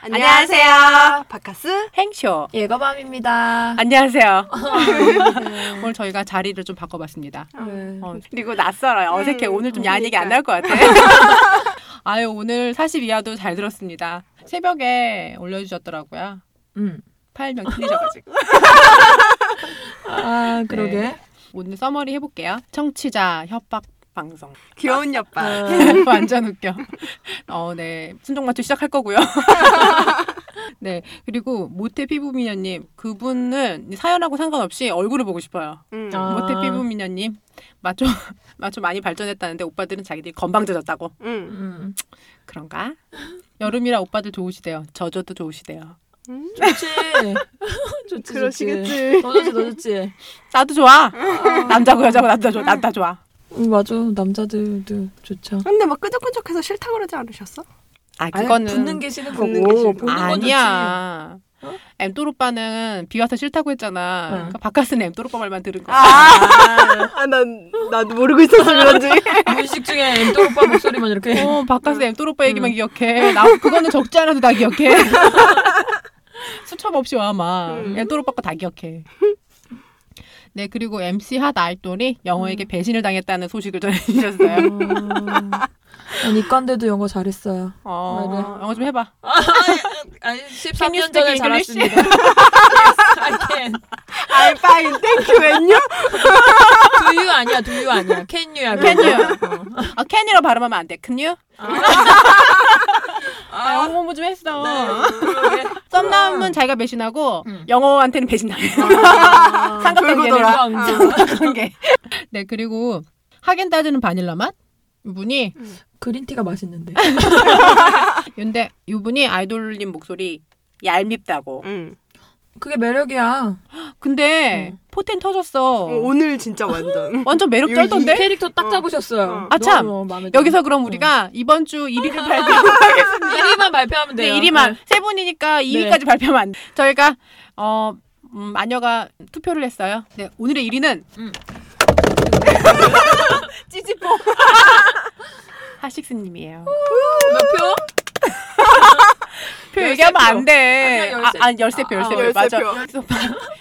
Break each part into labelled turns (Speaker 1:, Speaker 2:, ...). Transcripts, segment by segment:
Speaker 1: 안녕하세요. 바카스
Speaker 2: 행쇼.
Speaker 1: 예거밤입니다.
Speaker 2: 안녕하세요. 오늘 저희가 자리를 좀 바꿔봤습니다.
Speaker 1: 네.
Speaker 3: 음.
Speaker 2: 어, 그리고 낯설어요. 어색해.
Speaker 1: 음,
Speaker 2: 오늘 좀 야한 얘기 안 나올 것 같아. 아유, 오늘 42화도 잘 들었습니다. 새벽에 올려주셨더라고요.
Speaker 1: 음.
Speaker 2: 파일명 틀리셔가지고.
Speaker 1: 아
Speaker 2: 그러게.
Speaker 3: 네.
Speaker 2: 오늘 써머리 해볼게요. 청취자 협박 방송.
Speaker 1: 귀여운 옆방.
Speaker 3: 아.
Speaker 2: 완전 웃겨. 어, 네. 순정마취 시작할 거고요. 네. 그리고 모태 피부 미녀님. 그분은 사연하고 상관없이 얼굴을 보고 싶어요.
Speaker 1: 음.
Speaker 3: 아.
Speaker 2: 모태 피부 미녀님 마초 마초 많이 발전했다는데 오빠들은 자기들이 건방져졌다고
Speaker 1: 음.
Speaker 3: 음.
Speaker 2: 그런가? 여름이라 오빠들 좋으시대요. 저저도 좋으시대요.
Speaker 1: 음.
Speaker 3: 좋지. 좋지.
Speaker 1: 그러시겠지.
Speaker 3: 좋지. 너 좋지, 너 좋지.
Speaker 2: 나도 좋아. 남자고 여자고 나도 좋아. 나다 좋아.
Speaker 3: 음, 맞아. 남자들도 좋죠.
Speaker 1: 근데 막 끄적끄적해서 싫다 그러지 않으셨어?
Speaker 2: 아
Speaker 3: 아니,
Speaker 2: 그거는
Speaker 3: 붙는 게 싫은 거고
Speaker 1: 붙는 게 싫은
Speaker 3: 보는 건
Speaker 2: 아니야.
Speaker 3: 어?
Speaker 2: 엠돌 오빠는 비 와서 싫다고 했잖아.
Speaker 3: 응.
Speaker 2: 그러니까 바깥은 엠돌 오빠 말만 들은 거야.
Speaker 3: 아.
Speaker 1: 아, 아난 나도 모르고 있어서 그런지.
Speaker 3: 좋지. 무의식 아, 중에 엠돌 오빠 목소리만 이렇게.
Speaker 2: 어, 바깥은 엠돌 오빠 얘기만 기억해. 나 그거는 적지 않아도 다 기억해. 수첩 없이 와, 막.
Speaker 1: 음.
Speaker 2: 엠돌 오빠 거 다 기억해. 네, 그리고 MC 핫 알돌이 영어에게 배신을 당했다는 소식을 전해주셨어요.
Speaker 3: 음. 아니, 이과인데도 영어 잘했어요.
Speaker 2: 어,
Speaker 3: 그래.
Speaker 2: 영어 좀 해봐.
Speaker 3: 아, 아니,
Speaker 2: Can
Speaker 3: 13년
Speaker 2: you speak
Speaker 3: 전에
Speaker 2: English?
Speaker 3: 자랐습니다. yes, I can.
Speaker 1: I'm 아, fine, thank you, and you?
Speaker 3: Do you 아니야, do you 아니야. Can you야.
Speaker 2: Can you? 아, 캔이라 발음하면 안 돼. Can you? 아, 영어 공부 좀 했어.
Speaker 1: 네. 아.
Speaker 2: 썸남은 자기가 배신하고
Speaker 3: 음.
Speaker 2: 영어한테는 배신당해.
Speaker 1: 아. 돌고
Speaker 2: 삼각관계는
Speaker 1: 돌아.
Speaker 3: 음.
Speaker 2: 관계. 네, 그리고 하겐 따지는 바닐라 맛? 이분이
Speaker 3: 그린티가 맛있는데.
Speaker 2: 근데 이분이 아이돌님 목소리 얄밉다고.
Speaker 1: 음.
Speaker 3: 그게 매력이야.
Speaker 2: 근데
Speaker 3: 음.
Speaker 2: 포텐 터졌어.
Speaker 1: 어, 오늘 진짜 완전.
Speaker 2: 완전 매력
Speaker 1: 이-
Speaker 3: 이
Speaker 2: 쩔던데?
Speaker 3: 캐릭터 딱
Speaker 1: 어.
Speaker 3: 잡으셨어요.
Speaker 2: 아, 참.
Speaker 3: 너무 마음에 네, 들어요.
Speaker 2: 여기서 그럼 우리가 이번 주 1위를 발표하겠습니다.
Speaker 3: 1위만 발표하면 돼요. 네.
Speaker 2: 1위만. 세 분이니까 2위까지 발표하면 안 돼. 저희가 어 음, 마녀가 투표를 했어요. 네, 오늘의 1위는
Speaker 3: 음.
Speaker 2: 찌찌뽀 하식스님이에요.
Speaker 3: 몇 표?
Speaker 2: 표
Speaker 3: 열세
Speaker 2: 얘기하면 안
Speaker 3: 표.
Speaker 2: 돼.
Speaker 3: 아니야,
Speaker 2: 아,
Speaker 3: 열세-
Speaker 2: 아, 열세 표, 열세
Speaker 1: 아,
Speaker 2: 표
Speaker 1: 열세
Speaker 2: 맞아.
Speaker 1: 표.
Speaker 2: 그래서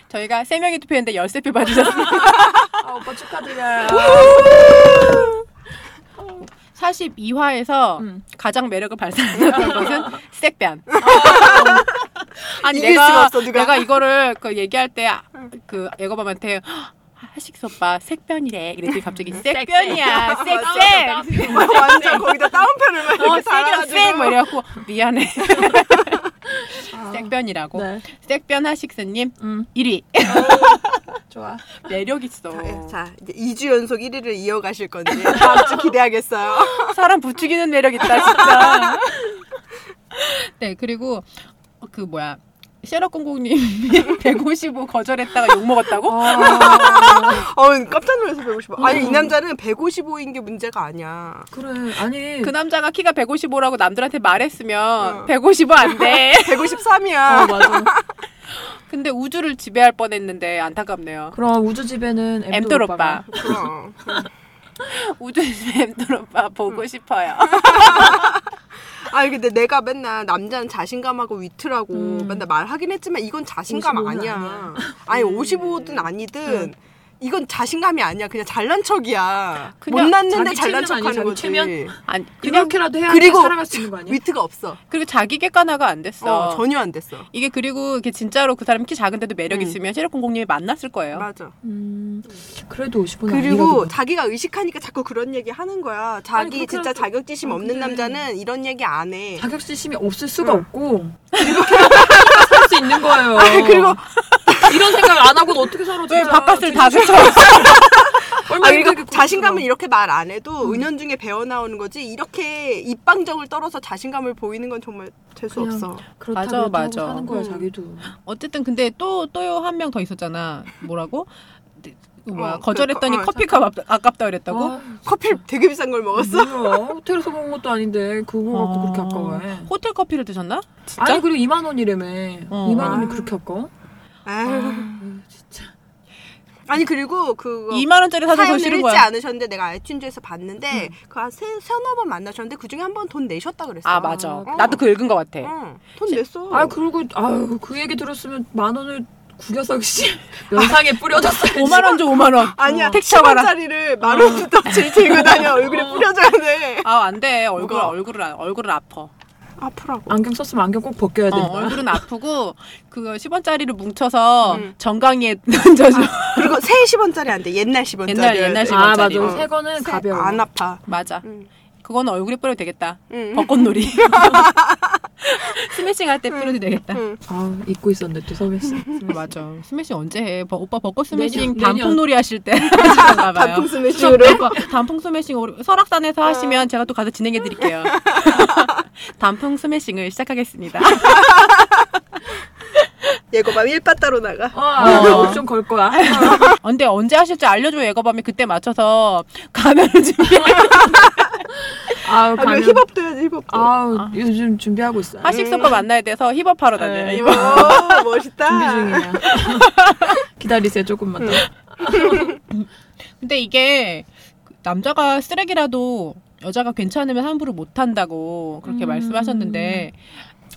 Speaker 2: 저희가 세 명이 투표했는데 열세 표 받으셨어요.
Speaker 3: 아, 오빠 축하드려요.
Speaker 2: 42화에서
Speaker 3: 음.
Speaker 2: 가장 매력을
Speaker 1: 아.
Speaker 2: 발산하는 것은 색변. 아니
Speaker 1: 이길 수가
Speaker 2: 내가
Speaker 1: 없어, 누가.
Speaker 2: 내가 이거를 그 얘기할 때 그 애거밤한테 "아, 하식스 오빠 색변이래. 이랬더니 갑자기
Speaker 1: 음.
Speaker 2: 색변이야.
Speaker 3: 아,
Speaker 2: 색색.
Speaker 1: 완전 거기다 다운표를 막
Speaker 2: 어,
Speaker 1: 이렇게
Speaker 2: 색이랑
Speaker 1: 달아가지고.
Speaker 2: 색. 뭐 이래갖고 미안해.
Speaker 1: 어.
Speaker 2: 색변이라고.
Speaker 3: 네.
Speaker 2: 색변 하식스님
Speaker 3: 음,
Speaker 2: 1위.
Speaker 3: 좋아.
Speaker 2: 매력 있어.
Speaker 1: 네, 자, 이제 2주 연속 1위를 이어가실 건지 다음 주 기대하겠어요.
Speaker 2: 사람 부추기는 매력 있다 진짜. 네 그리고 그 뭐야 셰럿 공공님이 155 거절했다가 욕 먹었다고?
Speaker 3: 아,
Speaker 1: 어우, 깜짝 놀라서 155. 아니, 이 남자는 155인 게 문제가 아니야.
Speaker 3: 그래. 아니.
Speaker 2: 그 남자가 키가 155라고 남들한테 말했으면
Speaker 1: 어.
Speaker 2: 155 안 돼.
Speaker 1: 153이야.
Speaker 3: 어, 맞아.
Speaker 2: 근데 우주를 지배할 뻔했는데 안타깝네요.
Speaker 3: 그럼 우주 집에는
Speaker 2: 엠돌 오빠.
Speaker 1: 그럼.
Speaker 2: 우주 지배 엠돌 오빠 보고 싶어요.
Speaker 1: 아니 근데 내가 맨날 남자는 자신감하고 위트라고 맨날 말하긴 했지만 이건 자신감
Speaker 3: 55는
Speaker 1: 아니야.
Speaker 3: 음. 아니야. 음.
Speaker 1: 아니 55든 아니든 이건 자신감이 아니야. 그냥 잘난 척이야.
Speaker 2: 그냥
Speaker 1: 못났는데
Speaker 3: 자기
Speaker 1: 잘난
Speaker 3: 체면
Speaker 1: 척하는
Speaker 3: 아니야,
Speaker 1: 거지.
Speaker 3: 자기 체면?
Speaker 2: 아니 그냥
Speaker 3: 이렇게라도 해야
Speaker 1: 그리고-
Speaker 3: 살아갈 수 있는 거 아니야?
Speaker 1: 위트가 없어.
Speaker 2: 그리고 자기 객관화가 안
Speaker 1: 어,
Speaker 2: 됐어.
Speaker 1: 전혀 안 됐어.
Speaker 2: 이게 그리고 이게 진짜로 그 사람이 키 작은데도 매력 있으면 셰럿 공공님이 만났을 거예요.
Speaker 1: 맞아.
Speaker 3: 음, 그래도 50분
Speaker 1: 그리고 자기가 의식하니까 자꾸 그런 얘기 하는 거야. 자기
Speaker 3: 그렇게
Speaker 1: 진짜
Speaker 3: 하면 또-
Speaker 1: 자격지심
Speaker 3: 어,
Speaker 1: 없는
Speaker 3: 근데-
Speaker 1: 남자는 이런 얘기 안
Speaker 3: 예.
Speaker 1: 해.
Speaker 3: 자격지심이 없을 수가
Speaker 1: 응.
Speaker 3: 없고 이렇게 살 수 있는 거예요.
Speaker 1: 그리고-
Speaker 3: 이런 생각 안 하고는 어떻게 살아?
Speaker 2: 왜
Speaker 3: 진짜.
Speaker 2: 바깥을 다 그쳐?
Speaker 3: 얼마나 음.
Speaker 1: 아, 그러니까
Speaker 3: 힘들게
Speaker 1: 자신감은
Speaker 3: 굶었어.
Speaker 1: 이렇게 말 안 해도 은연중에 배어 나오는 거지 이렇게 입방정을 떨어서 자신감을 보이는 건 정말 재수
Speaker 3: 그냥
Speaker 1: 없어.
Speaker 3: 그렇다고 이렇게
Speaker 2: 맞아,
Speaker 3: 하고
Speaker 2: 맞아.
Speaker 3: 사는 아, 거야
Speaker 1: 음.
Speaker 3: 자기도.
Speaker 2: 어쨌든 근데 또 또 한 명 더 있었잖아. 뭐라고? 네, 뭐야
Speaker 1: 어, 그,
Speaker 2: 거절했더니
Speaker 1: 어,
Speaker 2: 커피가 아깝다- 아깝다 그랬다고?
Speaker 1: 커피 되게 비싼 걸 먹었어.
Speaker 3: 뭐야? 호텔에서 먹은 것도 아닌데 그거 갖고
Speaker 2: 아.
Speaker 3: 그렇게 아까워해.
Speaker 2: 호텔 커피를 드셨나? 진짜?
Speaker 3: 아니 그리고 2만 원이라며.
Speaker 2: 어.
Speaker 3: 2만 원이
Speaker 1: 아.
Speaker 3: 그렇게 아까워?
Speaker 1: 아유,
Speaker 3: 아유, 진짜.
Speaker 1: 아니 그리고 그거
Speaker 2: 2만 원짜리 사서 더
Speaker 1: 사연을
Speaker 2: 싫은
Speaker 1: 읽지
Speaker 2: 거야.
Speaker 1: 않으셨는데 내가 아이튠즈에서 봤는데 그한세 서너 번 만나셨는데 그 중에 한 번 돈 내셨다 그랬어.
Speaker 2: 아 맞아.
Speaker 3: 어.
Speaker 2: 나도 그 읽은 거 같아.
Speaker 1: 응. 돈 냈어.
Speaker 3: 아 그리고 아유 그 얘기 들었으면 만 원을 구겨서 씨 면상에 뿌려줬어야지.
Speaker 2: 5만 원 줘, 5만 원.
Speaker 1: 아니야.
Speaker 2: 어. 택시
Speaker 1: 10원
Speaker 2: 와라.
Speaker 1: 짜리를 만원 두덩치 들고 다녀 얼굴에 뿌려줘야 돼.
Speaker 2: 아, 안 돼. 얼굴
Speaker 1: 뭐가?
Speaker 2: 얼굴은 안- 얼굴은 아파.
Speaker 1: 아프라고.
Speaker 3: 안경 썼으면 안경 꼭 벗겨야
Speaker 1: 네,
Speaker 2: 어,
Speaker 3: 된다.
Speaker 2: 얼굴은 아프고 그 10원짜리를 뭉쳐서
Speaker 1: 음.
Speaker 2: 정강이에 던져줘.
Speaker 1: 그리고 새 10원짜리 안 돼. 옛날 10원짜리.
Speaker 2: 옛날, 옛날 십-
Speaker 3: 아
Speaker 2: 원짜리.
Speaker 3: 맞아.
Speaker 2: 어.
Speaker 3: 새 거는 가벼워.
Speaker 1: 안 아파.
Speaker 2: 맞아.
Speaker 1: 응.
Speaker 2: 그거는 얼굴에 뿌려도 되겠다.
Speaker 1: 응.
Speaker 2: 벚꽃놀이. 스매싱 할 때 뿌려도 되겠다.
Speaker 1: 응.
Speaker 3: 아 잊고 있었는데 또 서비스.
Speaker 2: 음, 맞아. 스매싱 언제 해? 버- 오빠 벚꽃 스매싱
Speaker 3: 내년,
Speaker 2: 단풍놀이 하실 때 하시던가 봐요.
Speaker 1: 단풍 스매싱으로.
Speaker 2: 오빠 단풍 스매싱 우리 설악산에서 하시면 제가 또 가서 진행해 드릴게요. 단풍 스매싱을 시작하겠습니다.
Speaker 1: 예고밤 1바 따로 나가.
Speaker 3: 어, 좀걸 거야.
Speaker 2: 어, 근데 언제 하실지 알려줘 예거밤이 그때 맞춰서 가면을 준비해
Speaker 3: 아우 아,
Speaker 1: 아,
Speaker 3: 가면.
Speaker 1: 그리고 힙업도 해야지 힙업도.
Speaker 3: 아우
Speaker 2: 아.
Speaker 3: 요즘 준비하고 있어. 요
Speaker 2: 하식스 오빠 만나야 돼서 힙업하러 다녀요. 힙업.
Speaker 1: 오, 어, 멋있다.
Speaker 3: 준비 중이에요. 기다리세요 조금만 더.
Speaker 2: 근데 이게 그 남자가 쓰레기라도 여자가 괜찮으면 함부로 못한다고 그렇게
Speaker 3: 음.
Speaker 2: 말씀하셨는데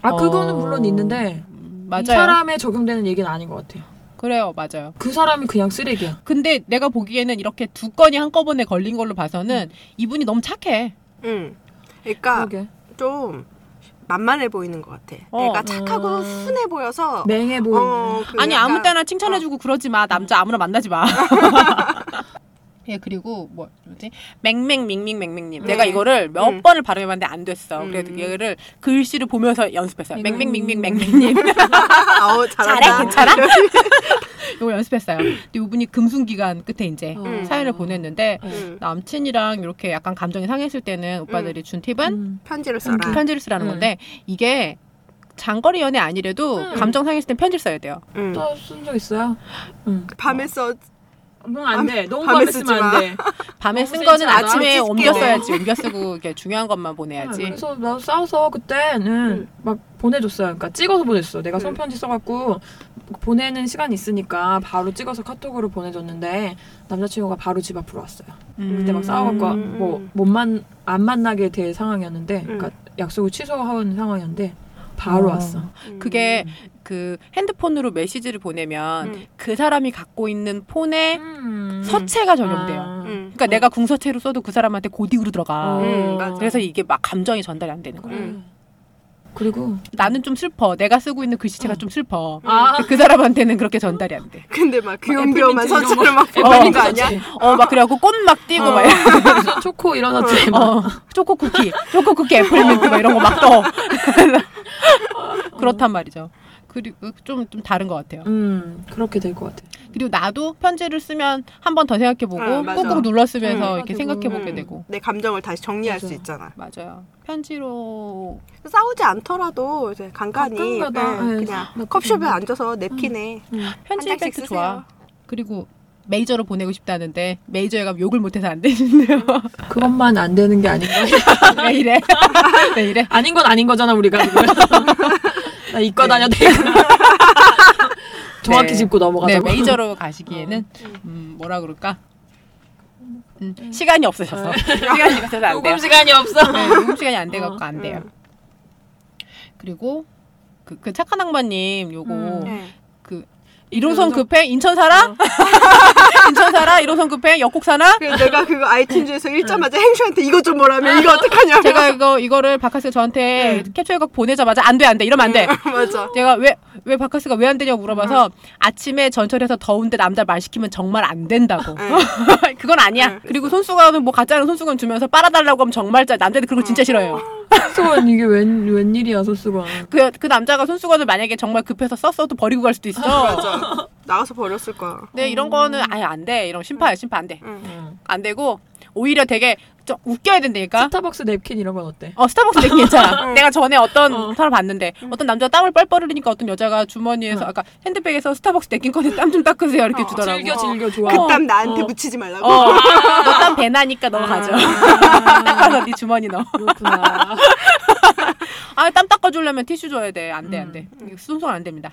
Speaker 3: 아 그거는
Speaker 2: 어.
Speaker 3: 물론 있는데
Speaker 2: 음,
Speaker 3: 이
Speaker 2: 맞아요.
Speaker 3: 사람에 적용되는 얘기는 아닌 것 같아요.
Speaker 2: 그래요, 맞아요.
Speaker 3: 그 사람이 그냥 쓰레기야.
Speaker 2: 근데 내가 보기에는 이렇게 두 건이 한꺼번에 걸린 걸로 봐서는
Speaker 1: 음.
Speaker 2: 이분이 너무 착해.
Speaker 1: 응. 그러니까
Speaker 3: 그러게.
Speaker 1: 좀 만만해 보이는 것 같아.
Speaker 2: 어.
Speaker 1: 애가 착하고
Speaker 3: 음. 네, 뭐.
Speaker 1: 순해 보여서.
Speaker 3: 맹해 보이는.
Speaker 1: 어, 그
Speaker 2: 아니
Speaker 1: 약간 어. 음.
Speaker 2: 아무 때나 칭찬해주고 그러지 마. 남자 아무나 만나지 마. 예 그리고 뭐 뭐지 맹맹밍밍맹맹님
Speaker 1: 음.
Speaker 2: 내가 이거를 몇
Speaker 1: 음.
Speaker 2: 번을 발음해봤는데 안 됐어 그래서
Speaker 1: 음.
Speaker 2: 얘를 글씨를 보면서 연습했어요
Speaker 3: 음.
Speaker 2: 맹맹밍밍맹맹님
Speaker 1: 아우
Speaker 2: 잘해
Speaker 1: 어, 잘한다.
Speaker 2: 괜찮아 이거 연습했어요 근데 이분이 금순기간 끝에 이제
Speaker 1: 음.
Speaker 2: 사연을 보냈는데
Speaker 3: 음.
Speaker 1: 응.
Speaker 2: 남친이랑 이렇게 약간 감정이 상했을 때는 오빠들이 준 팁은
Speaker 3: 음.
Speaker 1: 편지를 써라.
Speaker 2: 편지를 쓰라는
Speaker 3: 음.
Speaker 2: 건데 이게 장거리 연애 아니래도
Speaker 3: 음.
Speaker 2: 감정 상했을 땐 편지를 써야 돼요.
Speaker 1: 응.
Speaker 3: 또 쓴 적 있어요? 응.
Speaker 1: 음. 밤에 써.
Speaker 3: 응안 돼. 너무
Speaker 1: 밤에
Speaker 3: 아, 밤에
Speaker 1: 쓰지
Speaker 3: 쓰면
Speaker 1: 마.
Speaker 3: 안 돼.
Speaker 2: 밤에
Speaker 3: 어, 너무
Speaker 2: 쓴
Speaker 3: 세지
Speaker 2: 거는
Speaker 3: 않아?
Speaker 2: 아침에
Speaker 1: 찢기네.
Speaker 2: 옮겨 써야지. 옮겨 쓰고 이렇게 중요한 것만 보내야지.
Speaker 3: 그래서 나 싸워서 그때는
Speaker 1: 음.
Speaker 3: 막 보내줬어요. 그러니까 찍어서 보냈어. 내가
Speaker 1: 음.
Speaker 3: 손편지 써갖고 보내는 시간 있으니까 바로 찍어서 카톡으로 보내줬는데 남자친구가 바로 집 앞으로 왔어요.
Speaker 2: 음.
Speaker 3: 그때 막 싸워갖고
Speaker 1: 음.
Speaker 3: 뭐못만안 만나게 될 상황이었는데,
Speaker 1: 음.
Speaker 3: 그러니까 약속을 취소하는 상황이었는데 바로
Speaker 2: 어.
Speaker 3: 왔어.
Speaker 2: 그게 그 핸드폰으로 메시지를 보내면
Speaker 1: 음.
Speaker 2: 그 사람이 갖고 있는
Speaker 1: 네?
Speaker 2: 폰에
Speaker 3: 음. 아.
Speaker 2: 서체가 적용돼요.
Speaker 1: 응.
Speaker 2: 그러니까 내가 궁서체로 써도 그 사람한테 고딕으로 들어가.
Speaker 1: 음.
Speaker 2: 그래서 이게 막 감정이 전달이 안 되는 거야.
Speaker 3: 그래.
Speaker 1: 음.
Speaker 3: 그리고
Speaker 2: 나는 좀 슬퍼. 내가 쓰고 있는 글씨체가
Speaker 3: 어.
Speaker 2: 좀 슬퍼.
Speaker 3: 아
Speaker 2: 그 사람한테는 그렇게 전달이 안 돼.
Speaker 1: 근데 막 귀염귀염한
Speaker 3: 애플민트 이런
Speaker 1: 서체를 막
Speaker 2: 거.
Speaker 1: 보는 거 아니야?
Speaker 2: 어, 막 그래갖고 꽃 막
Speaker 3: 어.
Speaker 2: 띄고 막
Speaker 3: 무슨 초코 이런 것들 막
Speaker 2: 어, 초코 쿠키, 초코 쿠키 애플민트 막 이런 거 막 떠. 그렇단 말이죠. 그리고 좀, 좀 다른 것 같아요.
Speaker 3: 음 그렇게 될 것 같아.
Speaker 2: 그리고 나도 편지를 쓰면 한 번 더
Speaker 1: 아,
Speaker 2: 생각해보고
Speaker 1: 맞아.
Speaker 2: 꾹꾹 눌러 쓰면서
Speaker 3: 응.
Speaker 2: 이렇게
Speaker 3: 응.
Speaker 2: 생각해보게
Speaker 3: 음.
Speaker 1: 응.
Speaker 2: 되고.
Speaker 1: 음. 내 감정을 다시 정리할
Speaker 3: 맞아.
Speaker 1: 수 있잖아.
Speaker 2: 맞아요. 편지로.
Speaker 1: 싸우지 않더라도 이제 간간히
Speaker 3: 가끔가다.
Speaker 1: 네,
Speaker 3: 네.
Speaker 1: 그냥
Speaker 3: 나쁘지
Speaker 1: 컵숍에
Speaker 3: 않아.
Speaker 1: 앉아서 냅킨에
Speaker 2: 편지
Speaker 1: 한 장씩
Speaker 2: 이펙트
Speaker 1: 쓰세요.
Speaker 2: 좋아. 그리고 메이저로 보내고 싶다는데 메이저에 가면 욕을 못해서 안 되는데요.
Speaker 3: 그것만 안 되는 게 아닌가?
Speaker 2: 왜 이래? 왜 이래?
Speaker 3: 아닌 건 아닌 거잖아 우리가. 나 이과 다녀도 돼. 네. 정확히
Speaker 2: 네.
Speaker 3: 짚고
Speaker 2: 네,
Speaker 3: 넘어가자고. 어.
Speaker 2: 메이저로 가시기에는 음, 뭐라 그럴까? 음, 시간이 없으셔서 시간이 없어서 안 돼요.
Speaker 3: 녹음 시간이 없어.
Speaker 2: 네, 녹음 시간이 안 돼갖고 안 돼요. 그리고 그, 그 착한 악마님 요거
Speaker 3: 음.
Speaker 1: 네.
Speaker 2: 그 일호선
Speaker 3: 일호선-
Speaker 2: 급해 인천 살아? 인천 살아? 일호선 급해 역곡 사나?
Speaker 1: 그래서 내가 그거 아이튠즈에서 읽자마자 행쇼한테 이거 좀 뭐라면 이거 어떡하냐며
Speaker 2: 제가 이거 이거를 박카스가 저한테 캡처해갖고 보내자마자 안 돼 안 돼 이러면 안 돼.
Speaker 1: 맞아
Speaker 2: 제가 왜 왜 박카스가 왜 안 되냐고 물어봐서 아침에 전철에서 더운데 남자 말 시키면 정말 안 된다고.
Speaker 1: 네.
Speaker 2: 그건 아니야.
Speaker 1: 응.
Speaker 2: 그리고 손수건은 뭐 가짜는 손수건 주면서 빨아달라고 하면 정말 짜 남자들 그런 거 진짜 싫어해요.
Speaker 3: 소원 이게 웬 웬일이야 소스가.
Speaker 2: 그, 그 남자가 손수건을 만약에 정말 급해서 썼어도 버리고 갈 수도 있어.
Speaker 1: 맞아 나가서 버렸을 거야
Speaker 2: 근데 이런 거는 아예 안 돼. 이런 심파야, 심파 안 돼.
Speaker 1: 응.
Speaker 2: 안 되고, 오히려 되게 좀 웃겨야 된다니까.
Speaker 3: 스타벅스 냅킨 이런 건 어때?
Speaker 2: 어, 스타벅스 되게 괜찮아.
Speaker 1: 응.
Speaker 2: 내가 전에 어떤
Speaker 3: 어.
Speaker 2: 사람 봤는데, 어떤 남자가 땀을 뻘뻘 흘리니까 어떤 여자가 주머니에서, 아까 핸드백에서 스타벅스 내낀 건데 땀 좀 닦으세요. 이렇게
Speaker 1: 어,
Speaker 2: 주더라고.
Speaker 3: 즐겨 즐겨 좋아.
Speaker 1: 그땀 나한테
Speaker 3: 어.
Speaker 1: 묻히지 말라고
Speaker 2: 어,
Speaker 1: 아.
Speaker 2: 너 땀 배나니까 넘어가죠. 닦아서 네 주머니 넣어.
Speaker 3: 그렇구나.
Speaker 1: 음.
Speaker 2: 아, 땀 닦아주려면 티슈 줘야 돼. 안 돼, 안 돼. 이게 순서가 안 됩니다.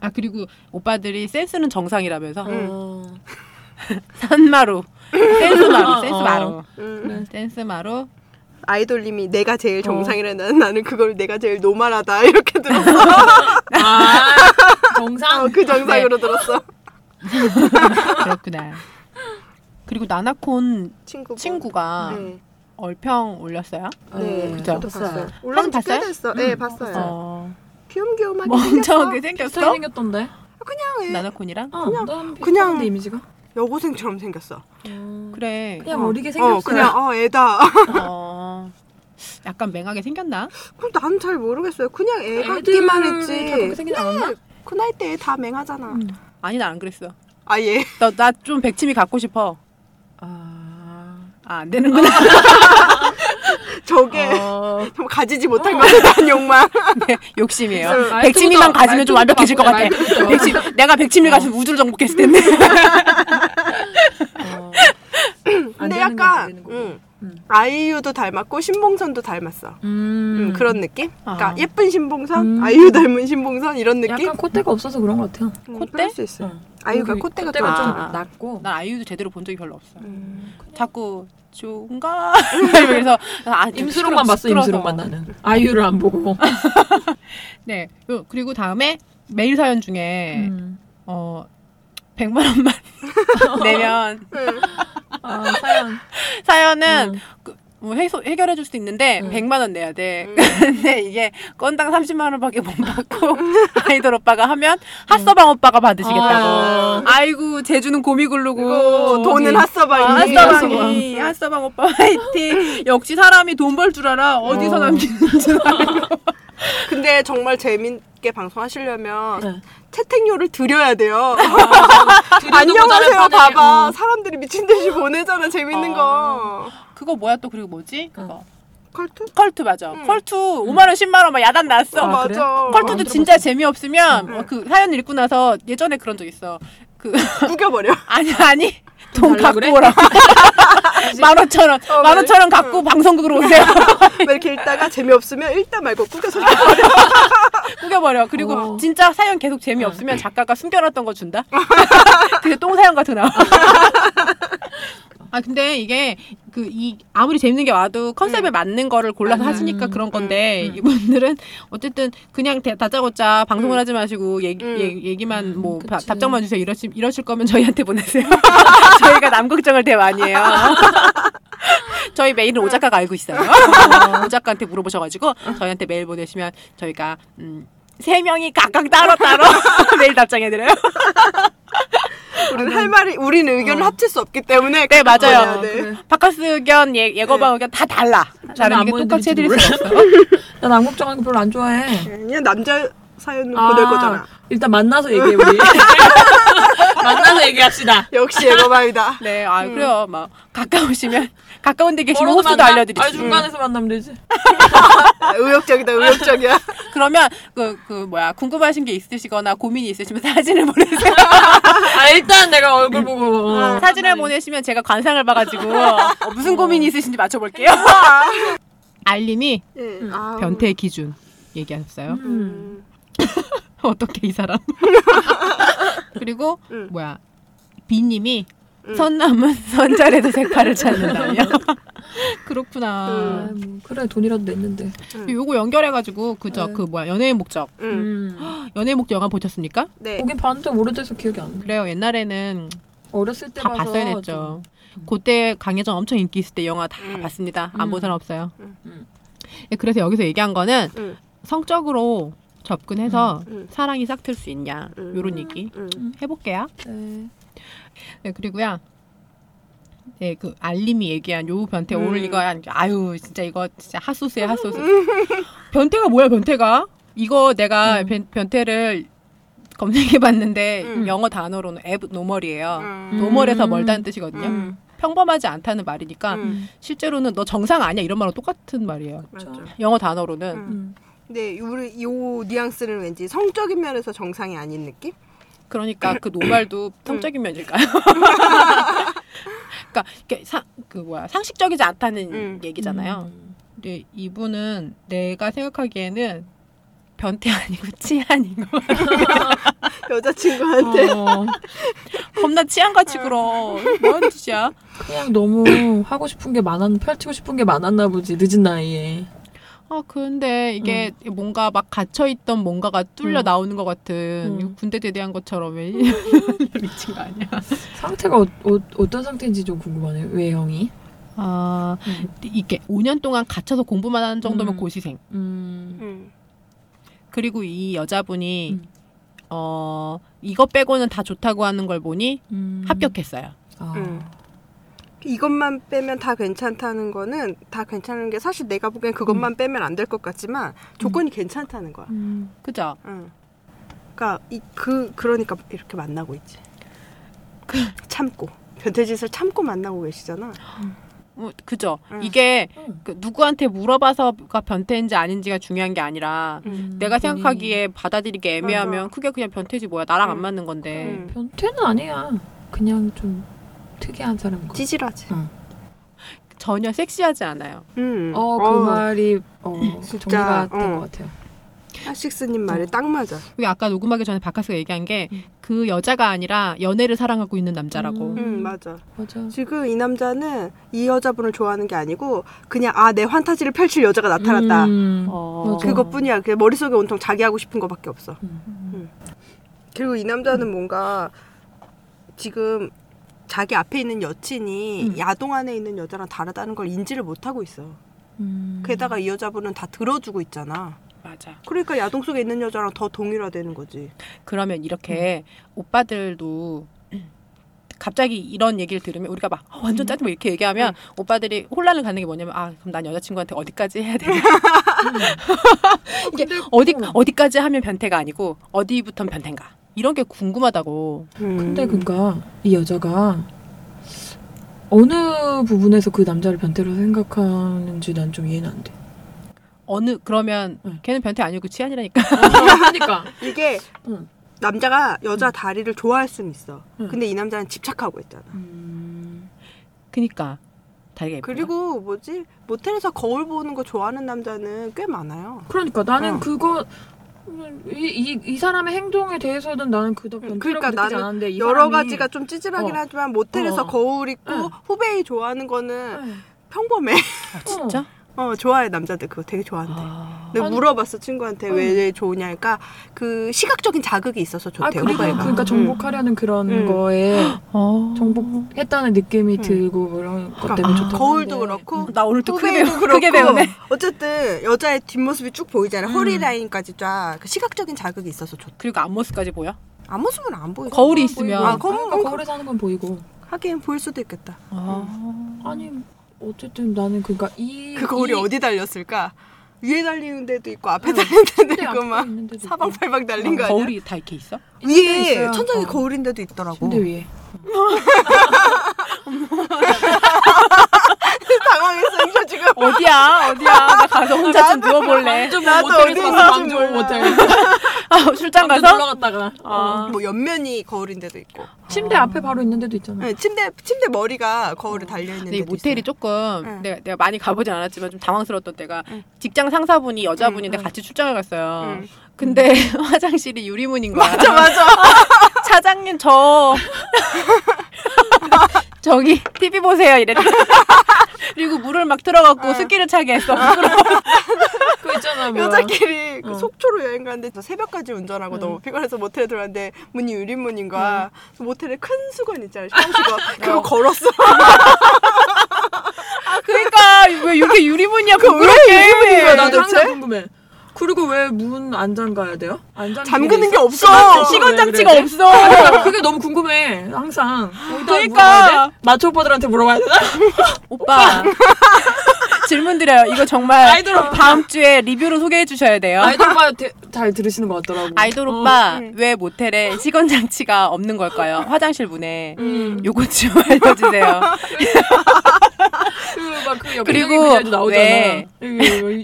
Speaker 2: 아 그리고 오빠들이 센스는 정상이라면서
Speaker 1: 음.
Speaker 3: 어.
Speaker 2: 산마루 센스 마루 센스
Speaker 3: 어.
Speaker 2: 마루
Speaker 1: 음.
Speaker 2: 센스 마루
Speaker 1: 아이돌님이 내가
Speaker 3: 어.
Speaker 1: 제일 정상이라는 나는 그걸 내가 제일 노말하다 이렇게 들었어.
Speaker 3: 아, 정상.
Speaker 1: 어, 그 정상으로
Speaker 3: 네.
Speaker 1: 들었어.
Speaker 2: 그렇구나. 그리고 나나콘
Speaker 1: 친구.
Speaker 2: 친구가
Speaker 1: 네.
Speaker 2: 얼평 올렸어요.
Speaker 1: 네,
Speaker 3: 어,
Speaker 2: 그죠?
Speaker 1: 저도 봤어요.
Speaker 3: 봤어요.
Speaker 1: 올라온 지
Speaker 2: 봤어요?
Speaker 1: 꽤 됐어. 네, 봤어요.
Speaker 2: 어,
Speaker 1: 귀염귀염하게
Speaker 2: 멍청하게
Speaker 1: 생겼어.
Speaker 3: 비슷하게
Speaker 2: 생겼어?
Speaker 3: 생겼던데.
Speaker 1: 그냥 애.
Speaker 2: 나나콘이랑?
Speaker 3: 어,
Speaker 1: 그냥-
Speaker 3: 난
Speaker 1: 그냥-
Speaker 3: 비슷한데, 이미지가.
Speaker 1: 여고생처럼 생겼어.
Speaker 3: 어.
Speaker 2: 음. 그래.
Speaker 3: 그냥
Speaker 1: 어.
Speaker 3: 어리게 생겼어요.
Speaker 1: 어, 그냥 어 애다.
Speaker 2: 어, 약간 맹하게 생겼나?
Speaker 1: 그럼 난 잘 모르겠어요. 그냥 애 같기만
Speaker 3: 애들이 다 그렇게
Speaker 1: 했지.
Speaker 3: 생기지 않았나?
Speaker 1: 그 나이 때 다 맹하잖아.
Speaker 3: 음.
Speaker 2: 아니 나 안 그랬어.
Speaker 1: 아 예.
Speaker 2: 나 나 좀 백치미 갖고 싶어.
Speaker 3: 아.
Speaker 2: 아 안 되는구나.
Speaker 1: 저게
Speaker 3: 어.
Speaker 1: 좀 가지지 못할 만한 난 욕망.
Speaker 2: 네, 욕심이에요.
Speaker 3: 말투부터-
Speaker 2: 백치미만 가지면
Speaker 3: 말투부터
Speaker 2: 좀 완벽해질 것 같아.
Speaker 3: 말투부터.
Speaker 2: 백치, 내가 백치미 가지면 우주를 정복했을 텐데.
Speaker 3: 어. 안
Speaker 1: 근데
Speaker 3: 되는 건
Speaker 1: 약간
Speaker 3: 안 되는 거고.
Speaker 1: 응.
Speaker 3: 음.
Speaker 1: 아이유도 닮았고 신봉선도 닮았어. 음,
Speaker 3: 음.
Speaker 1: 그런 느낌?
Speaker 2: 아.
Speaker 1: 그러니까 예쁜 신봉선,
Speaker 3: 음.
Speaker 1: 아이유 닮은 신봉선 이런 느낌?
Speaker 3: 약간 콧대가 없어서 그런 것 같아요.
Speaker 1: 음,
Speaker 2: 콧대?
Speaker 1: 그럴 수 있어.
Speaker 3: 어.
Speaker 1: 아이유가 그러니까
Speaker 3: 여기
Speaker 1: 콧대가,
Speaker 2: 콧대가
Speaker 1: 좀
Speaker 3: 좀
Speaker 2: 아, 아.
Speaker 3: 낮고.
Speaker 2: 난 아이유도 제대로 본 적이 별로 없어.
Speaker 1: 음.
Speaker 2: 자꾸 좋은가? 그래서 아, 좀
Speaker 3: 음. 임수롱만 봤어
Speaker 2: 시끄러워서. 뭐.
Speaker 3: 임수롱만 나는 아이유를 안 보고
Speaker 2: 네. 그- 그리고 다음에 메일 사연 중에
Speaker 3: 음.
Speaker 2: 어 100만 원만 내면
Speaker 1: 음.
Speaker 3: 아 사연
Speaker 2: 사연은
Speaker 3: 음.
Speaker 2: 뭐 해소, 해결해 줄 수 있는데
Speaker 3: 음.
Speaker 2: 100만 원 내야 돼.
Speaker 3: 음.
Speaker 2: 근데 이게 건당 30만 원밖에 못 받고 아이돌 오빠가 하면 핫서방 오빠가 받으시겠다고.
Speaker 3: 아.
Speaker 2: 아이고 제주는 곰이 굴르고
Speaker 3: 음.
Speaker 1: 그리고 돈은
Speaker 2: 아,
Speaker 1: 핫서방이.
Speaker 2: 핫서방이 핫서방 오빠 화이팅 역시 사람이 돈 벌 줄 알아 어디서
Speaker 3: 어.
Speaker 2: 남기는 줄 알아
Speaker 1: 근데 정말 재밌게 방송하시려면
Speaker 3: 네. 아,
Speaker 1: 채택료를 드려야 돼요.
Speaker 3: 드리는
Speaker 1: 안녕하세요.
Speaker 3: 거잖아요,
Speaker 1: 봐봐.
Speaker 3: 음. 아.
Speaker 1: 사람들이 미친 듯이 보내잖아. 재밌는
Speaker 2: 어.
Speaker 1: 거.
Speaker 2: 그거 뭐야 또 그리고 뭐지 그거
Speaker 1: 컬트?
Speaker 2: 컬투 맞아
Speaker 1: 응.
Speaker 2: 컬투 5만 원 10만 원막 야단 났어
Speaker 3: 아,
Speaker 1: 맞아.
Speaker 3: 그래?
Speaker 2: 컬투도
Speaker 3: 안
Speaker 2: 진짜 재미없으면
Speaker 1: 응.
Speaker 2: 어, 그 사연 읽고 나서 예전에 그런 적 있어 그
Speaker 1: 구겨버려.
Speaker 2: 아니 아니 돈
Speaker 3: 달라
Speaker 2: 갖고
Speaker 3: 그래?
Speaker 2: 오라 만 오천 원
Speaker 1: 어,
Speaker 2: 만 오천 원
Speaker 1: 그래?
Speaker 2: 갖고 방송국으로 오세요
Speaker 1: 막 이렇게 읽다가 재미없으면 읽다 말고 구겨서
Speaker 2: 꾸겨버려 그리고
Speaker 3: 어.
Speaker 2: 진짜 사연 계속 재미없으면 작가가 숨겨놨던 거 준다 그게 똥 사연 같은 거 나와 아 근데 이게 그 이 아무리 재밌는 게 와도 컨셉에 맞는 거를 골라서
Speaker 1: 음,
Speaker 2: 하시니까 그런 건데
Speaker 3: 음.
Speaker 2: 이분들은 어쨌든 그냥 대- 다짜고짜 방송을
Speaker 1: 음.
Speaker 2: 하지 마시고 얘기,
Speaker 1: 음.
Speaker 2: 얘- 얘기만 뭐
Speaker 3: 음,
Speaker 2: 다-
Speaker 3: 그치.
Speaker 2: 답장만 주세요 이러시, 이러실 거면 저희한테 보내세요 저희가 남 걱정을 대많이해요 저희 메일은 오작가가 알고 있어요 오작가한테 물어보셔가지고 저희한테 메일 보내시면 저희가 음, 세 명이 각각 따로 따로 메일 답장해드려요
Speaker 1: 우리는 할 말이 우리는 의견을
Speaker 3: 어.
Speaker 1: 합칠 수 없기 때문에
Speaker 2: 네, 맞아요.
Speaker 1: 그래야 돼.
Speaker 3: 그래.
Speaker 2: 바카스 의견, 예, 예거방
Speaker 3: 네.
Speaker 2: 의견 다 달라. 다른
Speaker 3: 안
Speaker 2: 게 똑같이 해드릴
Speaker 3: 보내드릴지
Speaker 2: 수 없어.
Speaker 3: 나 남국정하는 거 별로 안 좋아해
Speaker 1: 그냥 남자 사연은 보낼 거잖아.
Speaker 3: 일단 만나서 얘기해 우리 만나서 얘기합시다
Speaker 1: 역시 에버바이다.
Speaker 2: 네, 아 그래요. 막 가까우시면 가까운 데
Speaker 3: 음.
Speaker 2: 계시면
Speaker 3: 멀어도
Speaker 2: 호수도
Speaker 3: 만나?
Speaker 2: 알려드리죠. 음.
Speaker 3: 아니, 중간에서 만나면 되지
Speaker 1: 의욕적이다. 의욕적이야.
Speaker 2: 그러면 그 그 뭐야 궁금하신 게 있으시거나 고민이 있으시면 사진을 보내세요.
Speaker 3: 아 일단 내가 얼굴 보고 어.
Speaker 2: 아, 사진을 보내시면 제가 관상을 봐가지고 어, 무슨 고민이 있으신지 맞춰볼게요. 어. 알림이
Speaker 1: 예. 아우.
Speaker 2: 변태의 기준 얘기하셨어요.
Speaker 3: 음.
Speaker 2: 어떻게 이 사람? 그리고
Speaker 1: 음.
Speaker 2: 뭐야 비님이 선남은 선자래도 색깔을 찾는다며. 그렇구나.
Speaker 3: 아,
Speaker 2: 음.
Speaker 3: 뭐, 그래 돈이라도 냈는데
Speaker 2: 요거 연결해가지고 그저
Speaker 3: 네.
Speaker 2: 그 뭐야 연애의 목적.
Speaker 1: 음.
Speaker 3: 음.
Speaker 2: 연애의 목적 영화 보셨습니까?
Speaker 1: 네.
Speaker 3: 보긴 봤는데 오래돼서 기억이 안나
Speaker 2: 그래요. 옛날에는
Speaker 3: 어렸을 때
Speaker 2: 다
Speaker 3: 봐서
Speaker 2: 봤어야
Speaker 3: 좀-
Speaker 2: 됐죠. 음. 그때 강혜정 엄청 인기 있을 때 영화 다
Speaker 1: 음.
Speaker 2: 봤습니다. 안 본
Speaker 3: 음.
Speaker 2: 사람 없어요.
Speaker 1: 음.
Speaker 3: 음.
Speaker 2: 예, 그래서 여기서 얘기한 거는
Speaker 1: 음.
Speaker 2: 성적으로 접근해서
Speaker 1: 음. 음.
Speaker 2: 사랑이 싹틀 수 있냐
Speaker 1: 음.
Speaker 2: 요런 얘기
Speaker 1: 음.
Speaker 2: 해볼게요.
Speaker 3: 네.
Speaker 2: 음. 네, 그리고요. 네, 그 알림이 얘기한 요 변태
Speaker 1: 음.
Speaker 2: 오늘 이거 한- 아유 진짜 이거 진짜 핫소스야 핫소스. 변태가 뭐야 변태가? 이거 내가
Speaker 3: 음.
Speaker 2: 변, 변태를 검색해봤는데
Speaker 1: 음.
Speaker 2: 영어 단어로는 앱노멀이에요.
Speaker 1: 음.
Speaker 2: 노멀에서
Speaker 3: 음.
Speaker 2: 멀다는 뜻이거든요.
Speaker 1: 음.
Speaker 2: 평범하지 않다는 말이니까
Speaker 1: 음.
Speaker 2: 실제로는 너 정상 아니야 이런 말랑 똑같은 말이에요.
Speaker 1: 맞죠.
Speaker 2: 영어 단어로는
Speaker 1: 음.
Speaker 3: 음.
Speaker 1: 네, 우리 요 뉘앙스는 왠지 성적인 면에서 정상이 아닌 느낌?
Speaker 2: 그러니까 그
Speaker 1: 음.
Speaker 2: 노말도 성적인 면일까요? 그러니까 이게 상, 그 뭐야 상식적이지 않다는
Speaker 1: 음.
Speaker 2: 얘기잖아요.
Speaker 3: 음.
Speaker 2: 근데 이분은 내가 생각하기에는 변태 아니고 치안인 거.
Speaker 1: 여자친구한테
Speaker 3: 어,
Speaker 2: 겁나 치안같이 굴어. 뭔 짓이야?
Speaker 3: 그냥 너무 하고 싶은 게 많았, 펼치고 싶은 게 많았나 보지 늦은 나이에.
Speaker 2: 아 근데 이게
Speaker 1: 음.
Speaker 2: 뭔가 막 갇혀 있던 뭔가가 뚫려
Speaker 3: 음.
Speaker 2: 나오는 것 같은
Speaker 3: 음.
Speaker 2: 이거 군대 제대한 것처럼 왜
Speaker 1: 음.
Speaker 2: 미친 거 아니야?
Speaker 3: 상태가 어, 어, 어떤 상태인지 좀 궁금하네요. 외형이.
Speaker 2: 아 이게 5년 동안 갇혀서 공부만 하는 정도면
Speaker 3: 음.
Speaker 2: 고시생.
Speaker 3: 음.
Speaker 1: 음.
Speaker 2: 그리고 이 여자분이
Speaker 3: 음.
Speaker 2: 어 이거 빼고는 다 좋다고 하는 걸 보니
Speaker 3: 음.
Speaker 2: 합격했어요.
Speaker 3: 아.
Speaker 1: 음. 이것만 빼면 다 괜찮다는 거는 다 괜찮은 게 사실 내가 보기엔 그것만 빼면 안 될 것 같지만 조건이 괜찮다는 거야.
Speaker 3: 음.
Speaker 2: 그죠?
Speaker 1: 응. 그러니까 이 그 그러니까 이렇게 만나고 있지.
Speaker 3: 그
Speaker 1: 참고 변태짓을 참고 만나고 계시잖아.
Speaker 2: 어, 그죠?
Speaker 1: 음.
Speaker 2: 이게
Speaker 3: 음.
Speaker 2: 그 누구한테 물어봐서가 변태인지 아닌지가 중요한 게 아니라
Speaker 1: 음.
Speaker 2: 내가
Speaker 3: 본인이-
Speaker 2: 생각하기에 받아들이기 애매하면
Speaker 1: 맞아.
Speaker 2: 그게 그냥 변태지 뭐야 나랑 안
Speaker 1: 음.
Speaker 2: 맞는 건데
Speaker 1: 음.
Speaker 3: 변태는 아니야. 그냥 좀 특이한 사람인 거.
Speaker 1: 찌질하지.
Speaker 2: 전혀 섹시하지 않아요.
Speaker 1: 음.
Speaker 3: 어, 그 말이 어, 정리가
Speaker 1: 진짜,
Speaker 3: 된
Speaker 1: 어.
Speaker 3: 것 같아요.
Speaker 1: 하식스님
Speaker 3: 음.
Speaker 1: 말이 딱 맞아.
Speaker 2: 그게 아까 녹음하기 전에 바카스가 얘기한 게 그 여자가 아니라 연애를 사랑하고 있는 남자라고.
Speaker 1: 음.
Speaker 3: 음.
Speaker 1: 맞아.
Speaker 3: 맞아.
Speaker 1: 지금 이 남자는 이 여자분을 좋아하는 게 아니고 그냥 아 내 환타지를 펼칠 여자가 나타났다.
Speaker 3: 음.
Speaker 2: 어.
Speaker 3: 맞아.
Speaker 1: 그것뿐이야. 그냥 머릿속에 온통 자기 하고 싶은 거밖에 없어.
Speaker 3: 음.
Speaker 1: 그리고 이 남자는 뭔가 지금 자기 앞에 있는 여친이
Speaker 3: 음.
Speaker 1: 야동 안에 있는 여자랑 다르다는 걸 인지를 못 하고 있어.
Speaker 3: 음.
Speaker 1: 게다가 이 여자분은 다 들어주고 있잖아.
Speaker 2: 맞아.
Speaker 1: 그러니까 야동 속에 있는 여자랑 더 동일화되는 거지.
Speaker 2: 그러면 이렇게 오빠들도 갑자기 이런 얘기를 들으면 우리가 막 어,
Speaker 1: 음.
Speaker 2: 완전 짜증 뭐 이렇게 얘기하면 오빠들이 혼란을 갖는 게 뭐냐면 아 그럼 난 여자친구한테 어디까지 해야 되나 이게 어디 어디까지 하면 변태가 아니고 어디부터 변태인가 이런 게 궁금하다고
Speaker 3: 음.
Speaker 1: 음.
Speaker 3: 근데 그니까 이 여자가 어느 부분에서 그 남자를 변태로 생각하는지 난 좀 이해는 안 돼.
Speaker 2: 어느 그러면
Speaker 1: 음.
Speaker 3: 응.
Speaker 2: 걔는 변태 아니고 치안이라니까
Speaker 3: 그러니까.
Speaker 1: 이게
Speaker 3: 응.
Speaker 1: 남자가 여자 다리를 좋아할 수는 있어.
Speaker 3: 응.
Speaker 1: 근데 이 남자는 집착하고 있잖아.
Speaker 3: 음.
Speaker 2: 그니까 다리가
Speaker 3: 그러니까.
Speaker 2: 예쁘다.
Speaker 1: 그리고 뭐지 모텔에서 거울 보는 거 좋아하는 남자는 꽤 많아요.
Speaker 3: 그러니까 나는
Speaker 1: 어.
Speaker 3: 그거 이, 이, 이 사람의 행동에 대해서는 나는 그닥 변태라고
Speaker 1: 그러니까
Speaker 3: 느끼지
Speaker 1: 나는
Speaker 3: 않았는데 이
Speaker 1: 여러
Speaker 3: 사람이-
Speaker 1: 가지가 좀 찌질하긴
Speaker 3: 어.
Speaker 1: 하지만 모텔에서
Speaker 3: 어.
Speaker 1: 거울 있고
Speaker 3: 응.
Speaker 1: 후배이 좋아하는 거는
Speaker 3: 응.
Speaker 1: 평범해.
Speaker 2: 아, 진짜
Speaker 1: 어 좋아해 남자들 그거 되게 좋아한대.
Speaker 2: 아.
Speaker 1: 내가
Speaker 3: 아니.
Speaker 1: 물어봤어 친구한테 왜 좋으냐 그러니까 그 시각적인 자극이 있어서
Speaker 3: 아
Speaker 1: 좋대요
Speaker 3: 그리고
Speaker 1: 후배가.
Speaker 3: 그러니까 정복하려는 그런
Speaker 1: 응.
Speaker 3: 거에
Speaker 1: 음.
Speaker 2: 어.
Speaker 3: 정복했다는 느낌이
Speaker 1: 응.
Speaker 3: 들고 그런 것 때문에
Speaker 2: 아,
Speaker 3: 좋다.
Speaker 1: 그러니까 거울도 그렇고
Speaker 2: 나 오늘 또 크게
Speaker 1: 후배도
Speaker 2: 배우, 크게
Speaker 1: 그렇고
Speaker 2: 배우네
Speaker 1: 어쨌든 여자의 뒷모습이 쭉 보이잖아
Speaker 3: 음.
Speaker 1: 허리 라인까지 쫙그 시각적인 자극이 있어서 좋대
Speaker 2: 그리고 앞모습까지 보여
Speaker 1: 앞모습은 안 보이죠
Speaker 2: 거울이 있으면
Speaker 1: 아,
Speaker 3: 아,
Speaker 1: 거-
Speaker 3: 거울,
Speaker 1: 어,
Speaker 3: 거울에 사는 건 보이고.
Speaker 1: 하긴 보일 수도 있겠다
Speaker 2: 아.
Speaker 3: 아니 어쨌든 나는 그러니까 이
Speaker 1: 그 거울이
Speaker 3: 이-
Speaker 1: 어디 달렸을까 위에 달리는 데도 있고 앞에
Speaker 3: 응.
Speaker 1: 달리는
Speaker 3: 침대
Speaker 1: 데도 있고
Speaker 3: 앞에
Speaker 1: 막
Speaker 3: 있는데도 뭐 있고.
Speaker 1: 사방팔방 달린 거 아니야
Speaker 2: 거울이 다 이렇게 있어?
Speaker 3: 침대에
Speaker 1: 위에
Speaker 3: 있어요.
Speaker 1: 천장에
Speaker 3: 어.
Speaker 1: 거울인 데도 있더라고
Speaker 3: 침대 위에.
Speaker 1: 당황했어 이거 지금
Speaker 2: 어디야 어디야 나 가서 혼자 좀 누워볼래
Speaker 1: 나도 어디 있는지
Speaker 3: 방조부
Speaker 1: 몰라.
Speaker 3: 모텔.
Speaker 2: 아 출장
Speaker 3: 방금
Speaker 2: 가서
Speaker 3: 올라갔다가.
Speaker 2: 아.
Speaker 1: 뭐 옆면이 거울인 데도 있고
Speaker 3: 침대 앞에 바로 있는 데도 있잖아.
Speaker 1: 네, 침대 침대 머리가 거울에 달려 있는
Speaker 2: 근데 이
Speaker 1: 데도
Speaker 2: 모텔이
Speaker 1: 있어요.
Speaker 2: 조금
Speaker 1: 응.
Speaker 2: 내가, 내가 많이 가보진 않았지만 좀 당황스러웠던 때가
Speaker 1: 응.
Speaker 2: 직장 상사분이 여자분인데
Speaker 3: 응, 응.
Speaker 2: 같이 출장을 갔어요
Speaker 1: 응.
Speaker 2: 근데 화장실이 유리문인 거야
Speaker 1: 맞아 맞아
Speaker 2: 차장님 저 저기 TV 보세요 이랬다 그리고 물을 막 틀어갖고
Speaker 1: 응. 아.
Speaker 2: 습기를 차게 했어 부끄러워.
Speaker 3: 그 있잖아. 뭐야.
Speaker 1: 여자끼리 그
Speaker 3: 어. 음.
Speaker 1: 속초로 여행 갔는데 저 새벽까지 운전하고 너무 피곤해서 모텔에 들어왔는데 문이 유리문인 거야 그래서 모텔에 큰 수건 있잖아 샤워수건 그거 걸었어
Speaker 2: 그러니까 왜 이게 유리문이야 부끄럽게
Speaker 1: 거야,
Speaker 3: 나도
Speaker 1: 도대체?
Speaker 3: 항상 궁금해. 그리고 왜 문 안 잠가야 돼요? 안 잠기는
Speaker 1: 잠그는 게
Speaker 3: 있어?
Speaker 1: 없어
Speaker 3: 시간- 시간-
Speaker 2: 시건 장치가
Speaker 3: 왜
Speaker 2: 없어
Speaker 3: 그러니까 그게 너무 궁금해. 항상. 어디다
Speaker 2: 그러니까.
Speaker 3: 물어봐야 돼? 마초 오빠들한테 물어봐야 되나?
Speaker 2: 오빠 질문 드려요 이거 정말
Speaker 3: 아이돌 오빠.
Speaker 2: 다음 주에 리뷰로 소개해 주셔야 돼요
Speaker 3: 아이돌 오빠 대- 잘 들으시는 것 같더라고.
Speaker 2: 아이돌
Speaker 3: 어,
Speaker 2: 오빠
Speaker 3: 네.
Speaker 2: 왜 모텔에 시건 장치가 없는 걸까요 화장실 문에
Speaker 3: 음.
Speaker 2: 요거 좀 알려주세요
Speaker 3: 그막그
Speaker 2: 그리고
Speaker 3: 옆에 나오잖아.
Speaker 2: 왜-
Speaker 3: 왜?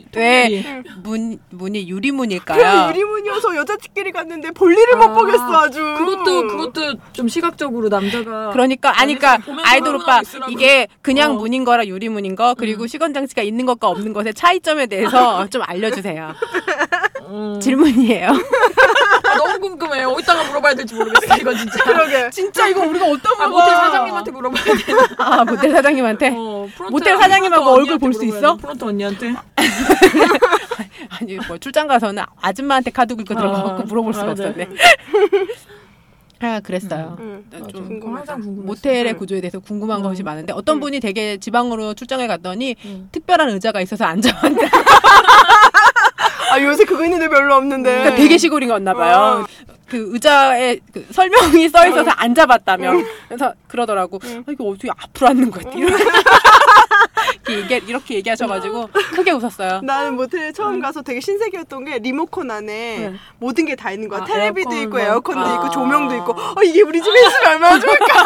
Speaker 2: 왜 문 문이 유리문일까요
Speaker 1: 그냥 유리문이어서 여자끼리 갔는데 볼일을
Speaker 3: 아,
Speaker 1: 못 보겠어 아주
Speaker 3: 그것도 그것도 좀 시각적으로 남자가
Speaker 2: 그러니까 아니까
Speaker 3: 여기서 보면서
Speaker 2: 아이돌 오빠
Speaker 3: 흥분하고 있으라고.
Speaker 2: 이게 그냥
Speaker 3: 어. 음.
Speaker 2: 문인 거랑 유리문인 거 그리고 시건 장치가 있는 것과 없는 것의 차이점에 대해서 좀 알려주세요.
Speaker 3: 음.
Speaker 2: 질문이에요.
Speaker 3: 아, 너무 궁금해. 어디다가 물어봐야 될지 모르겠어. 이거 아, 진짜.
Speaker 1: 그러게.
Speaker 2: 진짜 이거 우리가 어떤
Speaker 3: 아, 모텔 사장님한테 물어봐야 돼.
Speaker 2: 아 모텔 사장님한테
Speaker 3: 어, 프론트,
Speaker 2: 모텔 사장님하고
Speaker 3: 프론트
Speaker 2: 얼굴
Speaker 3: 언니한테
Speaker 2: 볼수
Speaker 3: 물어봐야
Speaker 2: 있어?
Speaker 3: 돼. 프론트 언니한테.
Speaker 2: 아니 뭐 출장 가서는 아줌마한테 카드 긁고 들어가고
Speaker 3: 아,
Speaker 2: 물어볼 수가
Speaker 3: 아, 네.
Speaker 2: 없었네. 아 그랬어요.
Speaker 1: 응.
Speaker 2: 나
Speaker 3: 맞아.
Speaker 2: 좀
Speaker 3: 그거 항상 궁금해.
Speaker 2: 모텔의
Speaker 1: 음.
Speaker 2: 구조에 대해서 궁금한
Speaker 3: 음.
Speaker 2: 것이 많은데 어떤
Speaker 1: 음.
Speaker 2: 분이 되게 지방으로 출장을 갔더니
Speaker 3: 음.
Speaker 2: 특별한 의자가 있어서 앉아왔는데
Speaker 1: 아 요새 그거 있는데 별로 없는데.
Speaker 2: 그러니까 되게 시골인 건나 봐요. 그 의자에 그 설명이 써 있어서 앉아봤다며 그래서 그러더라고.
Speaker 1: 음.
Speaker 2: 아, 이거 어떻게 앞으로 앉는 거야? 이렇게 얘기 이렇게 얘기하셔가지고 크게 웃었어요.
Speaker 1: 나는 모텔에 처음 가서 되게 신세계였던 게 리모컨 안에
Speaker 3: 네.
Speaker 1: 모든 게 다 있는 거야.
Speaker 3: 아,
Speaker 1: 텔레비도
Speaker 3: 에어컨
Speaker 1: 있고
Speaker 3: 뭐.
Speaker 1: 에어컨도
Speaker 2: 아.
Speaker 1: 있고 조명도 있고. 어 이게 우리 집에 있으면 얼마나 좋을까.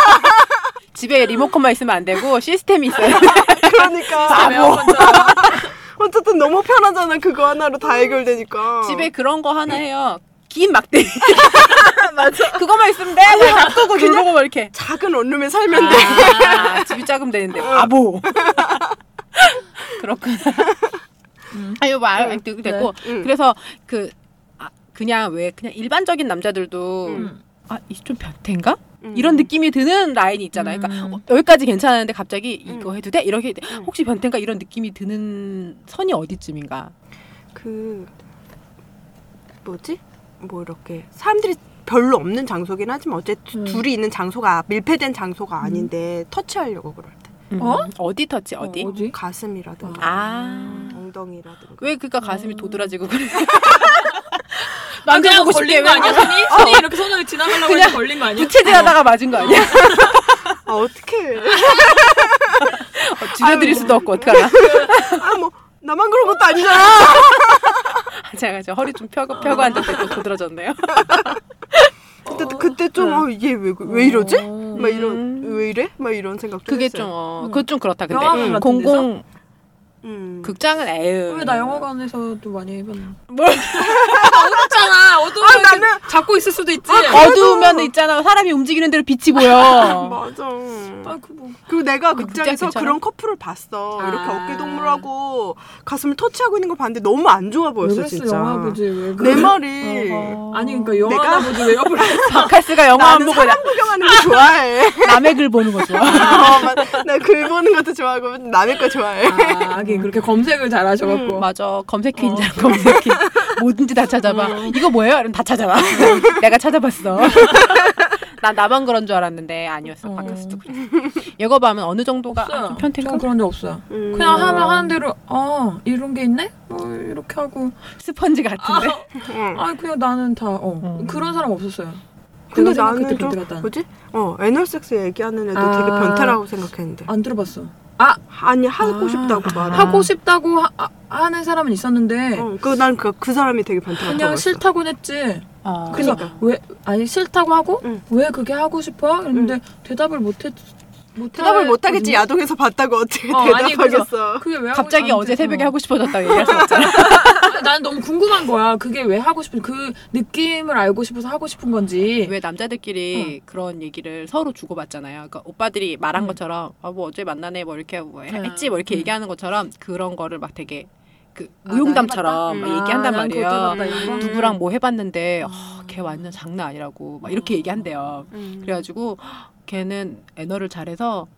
Speaker 2: 집에 리모컨만 있으면 안 되고 시스템이 있어야 돼.
Speaker 3: 아, 뭐.
Speaker 1: 그러니까.
Speaker 3: 에어컨처럼.
Speaker 1: 어쨌든 너무 편하잖아. 그거 하나로 다 해결되니까.
Speaker 2: 음. 집에 그런 거 하나 해요. 긴 막대. 맞아. 그거만 있으면 돼. 뭐 바꾸고 누르고 막 이렇게.
Speaker 1: 작은 원룸에 살면 돼.
Speaker 2: 아, 아, 집이 작으면 되는데 바보. 그렇구나.
Speaker 3: 음.
Speaker 2: 아유 말 됐고
Speaker 1: 음.
Speaker 2: 그래서 그 아, 그냥 왜 그냥 일반적인 남자들도
Speaker 1: 음.
Speaker 2: 아이좀 변태인가
Speaker 1: 음.
Speaker 2: 이런 느낌이 드는 라인이 있잖아요. 그러니까
Speaker 3: 음.
Speaker 2: 어, 여기까지 괜찮은데 갑자기 이거
Speaker 1: 음.
Speaker 2: 해도 돼 이렇게 돼.
Speaker 1: 음.
Speaker 2: 혹시 변태인가 이런 느낌이 드는 선이 어디쯤인가?
Speaker 1: 그 뭐지? 뭐 이렇게 사람들이 별로 없는 장소긴 하지만 어쨌든
Speaker 3: 음.
Speaker 1: 둘이 있는 장소가 밀폐된
Speaker 2: 음.
Speaker 1: 장소가 아닌데 터치하려고 그럴 때
Speaker 2: 어? 어디 터치 어디?
Speaker 3: 음. 어, 어디?
Speaker 1: 가슴이라든가
Speaker 2: 아.
Speaker 1: 엉덩이라든가
Speaker 2: 왜 그니까 가슴이
Speaker 3: 음.
Speaker 2: 도드라지고 그래?
Speaker 3: 아, 그냥
Speaker 2: 만져보고
Speaker 3: 걸린
Speaker 2: 싶게
Speaker 3: 거 아니야? 손이? 손이 이렇게 손으로 지나가려고 해서
Speaker 2: 어. 그냥
Speaker 3: 걸린 거 아니야?
Speaker 2: 부채질하다가 맞은 거 아니야?
Speaker 1: 아 어떡해
Speaker 2: 어, 줄여드릴 수도 없고 어떡하나?
Speaker 1: 아 뭐 나만 그런 것도 아니잖아
Speaker 2: 제가 저 허리 좀 펴고 펴고 앉았을 때 도드라졌네요.
Speaker 1: 근데 또 그때 좀 어, 얘 왜 왜 이러지? 막 이런
Speaker 2: 음.
Speaker 1: 왜 이래? 막 이런 생각 좀
Speaker 2: 그게
Speaker 1: 했어요.
Speaker 2: 좀 어,
Speaker 3: 음.
Speaker 2: 그건 좀 그렇다 근데
Speaker 3: 영화관 같은
Speaker 1: 음,
Speaker 3: 데서?
Speaker 2: 공공
Speaker 1: 음.
Speaker 2: 극장은 에휴.
Speaker 3: 왜나 영화관에서도 많이 해봤나? 아,
Speaker 2: 뭘
Speaker 3: 어둡잖아. 어두우면
Speaker 1: 아, 나는-
Speaker 3: 이렇게 잡고 있을 수도 있지.
Speaker 2: 아, 어두우면 있잖아 사람이 움직이는 대로 빛이
Speaker 3: 뭐.
Speaker 2: 보여.
Speaker 1: 맞아.
Speaker 3: 아그뭐
Speaker 1: 그리고 내가
Speaker 2: 극장
Speaker 1: 극장에서
Speaker 2: 괜찮아?
Speaker 1: 그런 커플을 봤어. 이렇게
Speaker 2: 아.
Speaker 1: 어깨 동무하고 가슴을 터치하고 있는 거 봤는데 너무 안 좋아 보였어
Speaker 3: 그랬어
Speaker 1: 진짜.
Speaker 3: 영화 보지 왜
Speaker 1: 내
Speaker 3: 그래?
Speaker 1: 말이
Speaker 3: 아니 그러니까 영화나
Speaker 1: 내가-
Speaker 3: 보지 왜 영화
Speaker 2: 어. 바카스가 영화 안
Speaker 1: 나는
Speaker 2: 보고
Speaker 1: 사람 구경하는 거 좋아해. 어,
Speaker 2: 나- 남의 글 보는 거 좋아.
Speaker 1: 나글 보는 것도 좋아하고 남의 거 좋아해.
Speaker 3: 아 하긴 그렇게 검색을 잘
Speaker 1: 음.
Speaker 3: 하셔갖고
Speaker 2: 음, 맞아 검색해 인자 검색해 음. 뭐든지 어. 다 찾아봐 이거 뭐예요? 이러면 다 찾아봐 내가 찾아봤어 나 나만 그런 줄 알았는데 아니었어
Speaker 3: 어.
Speaker 2: 바카스도 그래 이거 봐면 어느 정도가 아, 좀
Speaker 3: 없어요.
Speaker 2: 편태가
Speaker 3: 전 그런 적 없어요.
Speaker 1: 음.
Speaker 3: 그냥 하면 하는 대로 어 이런 게 있네? 뭐 이렇게 하고
Speaker 2: 스펀지 같은데
Speaker 1: 응.
Speaker 3: 아 그냥 나는 다 어.
Speaker 2: 음.
Speaker 3: 그런 사람 없었어요.
Speaker 1: 근데
Speaker 3: 내가 생각했던
Speaker 1: 나는 좀
Speaker 3: 변태 같다는.
Speaker 1: 뭐지? 어 애널섹스 얘기하는 애도 되게
Speaker 3: 아.
Speaker 1: 변태라고 생각했는데
Speaker 3: 안 들어봤어. 아
Speaker 1: 아니 하고
Speaker 3: 아.
Speaker 1: 싶다고 말해.
Speaker 3: 하고 싶다고 하, 아, 하는 사람은 있었는데
Speaker 1: 어, 그난그 그 사람이 되게 변태라고
Speaker 3: 그냥
Speaker 1: 생각했어.
Speaker 3: 싫다고 했지.
Speaker 2: 어.
Speaker 3: 그래서
Speaker 1: 그러니까.
Speaker 3: 왜 아니 싫다고 하고
Speaker 1: 응.
Speaker 3: 왜 그게 하고 싶어? 그런데 대답을 못했 못
Speaker 1: 대답을 못 하겠지. 야동에서 봤다고 어떻게
Speaker 3: 어, 아니, 그래서-
Speaker 1: 대답하겠어.
Speaker 3: 그게 왜 하고
Speaker 2: 갑자기
Speaker 3: 안
Speaker 2: 어제
Speaker 3: 돼.
Speaker 2: 새벽에
Speaker 3: 어.
Speaker 2: 하고 싶어졌다고 얘기할 수 없잖아
Speaker 3: 아니, 나는 너무 궁금한 거야. 그게 왜 하고 싶은 그 느낌을 알고 싶어서 하고 싶은 건지.
Speaker 2: 왜 남자들끼리 그런 얘기를 서로 주고받잖아요 그러니까 오빠들이 말한
Speaker 3: 음.
Speaker 2: 것처럼 아, 뭐 어제 만나네 뭐 이렇게 뭐
Speaker 3: 음.
Speaker 2: 했지 뭐 이렇게
Speaker 3: 음.
Speaker 2: 얘기하는 것처럼 그런 거를 막 되게 그
Speaker 3: 아,
Speaker 2: 무용담처럼
Speaker 1: 나
Speaker 2: 막
Speaker 1: 해봤다?
Speaker 2: 얘기한단
Speaker 3: 아, 난 그거
Speaker 2: 말이에요
Speaker 3: 들었다, 이거.
Speaker 1: 음.
Speaker 2: 누구랑 뭐 해봤는데 아, 걔 완전 장난 아니라고 막 이렇게 얘기한대요.
Speaker 3: 음.
Speaker 2: 그래가지고 걔는 애너를 잘해서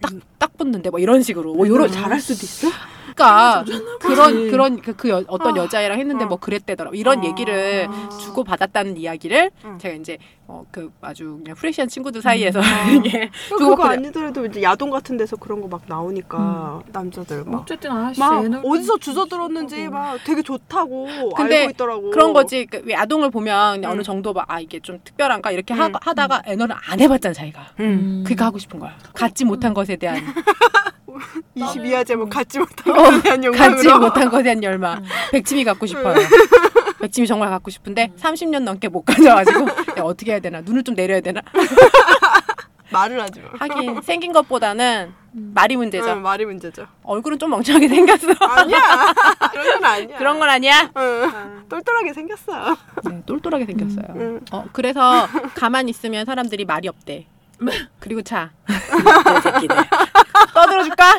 Speaker 2: 딱 딱 붙는데 뭐 이런 식으로 뭐 요런 잘할 수도
Speaker 1: 있어?
Speaker 2: 있을까 그러니까 그런
Speaker 3: 보지.
Speaker 2: 그런 그, 그 여- 어떤
Speaker 1: 아.
Speaker 2: 여자애랑 했는데
Speaker 1: 어.
Speaker 2: 뭐 그랬대더라 고 이런
Speaker 1: 아.
Speaker 2: 얘기를 주고 받았다는 이야기를
Speaker 1: 응. 음. 어.
Speaker 2: 제가 이제 어, 그 아주 그냥 프레시한 친구들 사이에서 이게
Speaker 1: 그거
Speaker 2: 그래.
Speaker 1: 아니더라도 이제 야동 같은 데서 그런 거 막 나오니까 남자들 막.
Speaker 3: 음. 어쨌든 아씨
Speaker 1: 음.
Speaker 3: 음.
Speaker 1: 막 어디서 주워 들었는지 막 되게 좋다고
Speaker 2: 근데
Speaker 1: 알고 있더라고.
Speaker 2: 그런 거지 그, 왜 아동을 보면 그냥
Speaker 1: 응.
Speaker 2: 어느 정도 막아 이게 좀 특별한가 이렇게
Speaker 1: 응. 음.
Speaker 2: 하, 하다가 애너를 안 해봤잖아 자기가
Speaker 1: 응.
Speaker 3: 음.
Speaker 2: 그니까 하고 싶은 거야 갖지 못한 것에 대한
Speaker 1: 22화 제목 갖지
Speaker 2: 어,
Speaker 1: 음. 못하고 대한 영상으로. 음.
Speaker 2: 갖지 못한 것에 대한 열망. 백치미 갖고 싶어요. 백치미 정말 갖고 싶은데
Speaker 1: 음.
Speaker 2: 30년 넘게 못 가져가지고 야, 어떻게 해야 되나 눈을 좀 내려야 되나
Speaker 1: 말을 하지 마.
Speaker 2: 하긴 생긴 것보다는
Speaker 3: 음.
Speaker 2: 말이 문제죠.
Speaker 1: 응, 말이 문제죠.
Speaker 2: 얼굴은 좀 멍청하게 생겼어.
Speaker 1: 아니야. 그런 건 아니야.
Speaker 2: 그런 건 아니야.
Speaker 1: 응. 똘똘하게 생겼어.
Speaker 2: 네, 똘똘하게 생겼어요.
Speaker 1: 응.
Speaker 2: 어, 그래서 가만히 있으면 사람들이 말이 없대. 그리고 자. 이 새끼들. 떠들어줄까?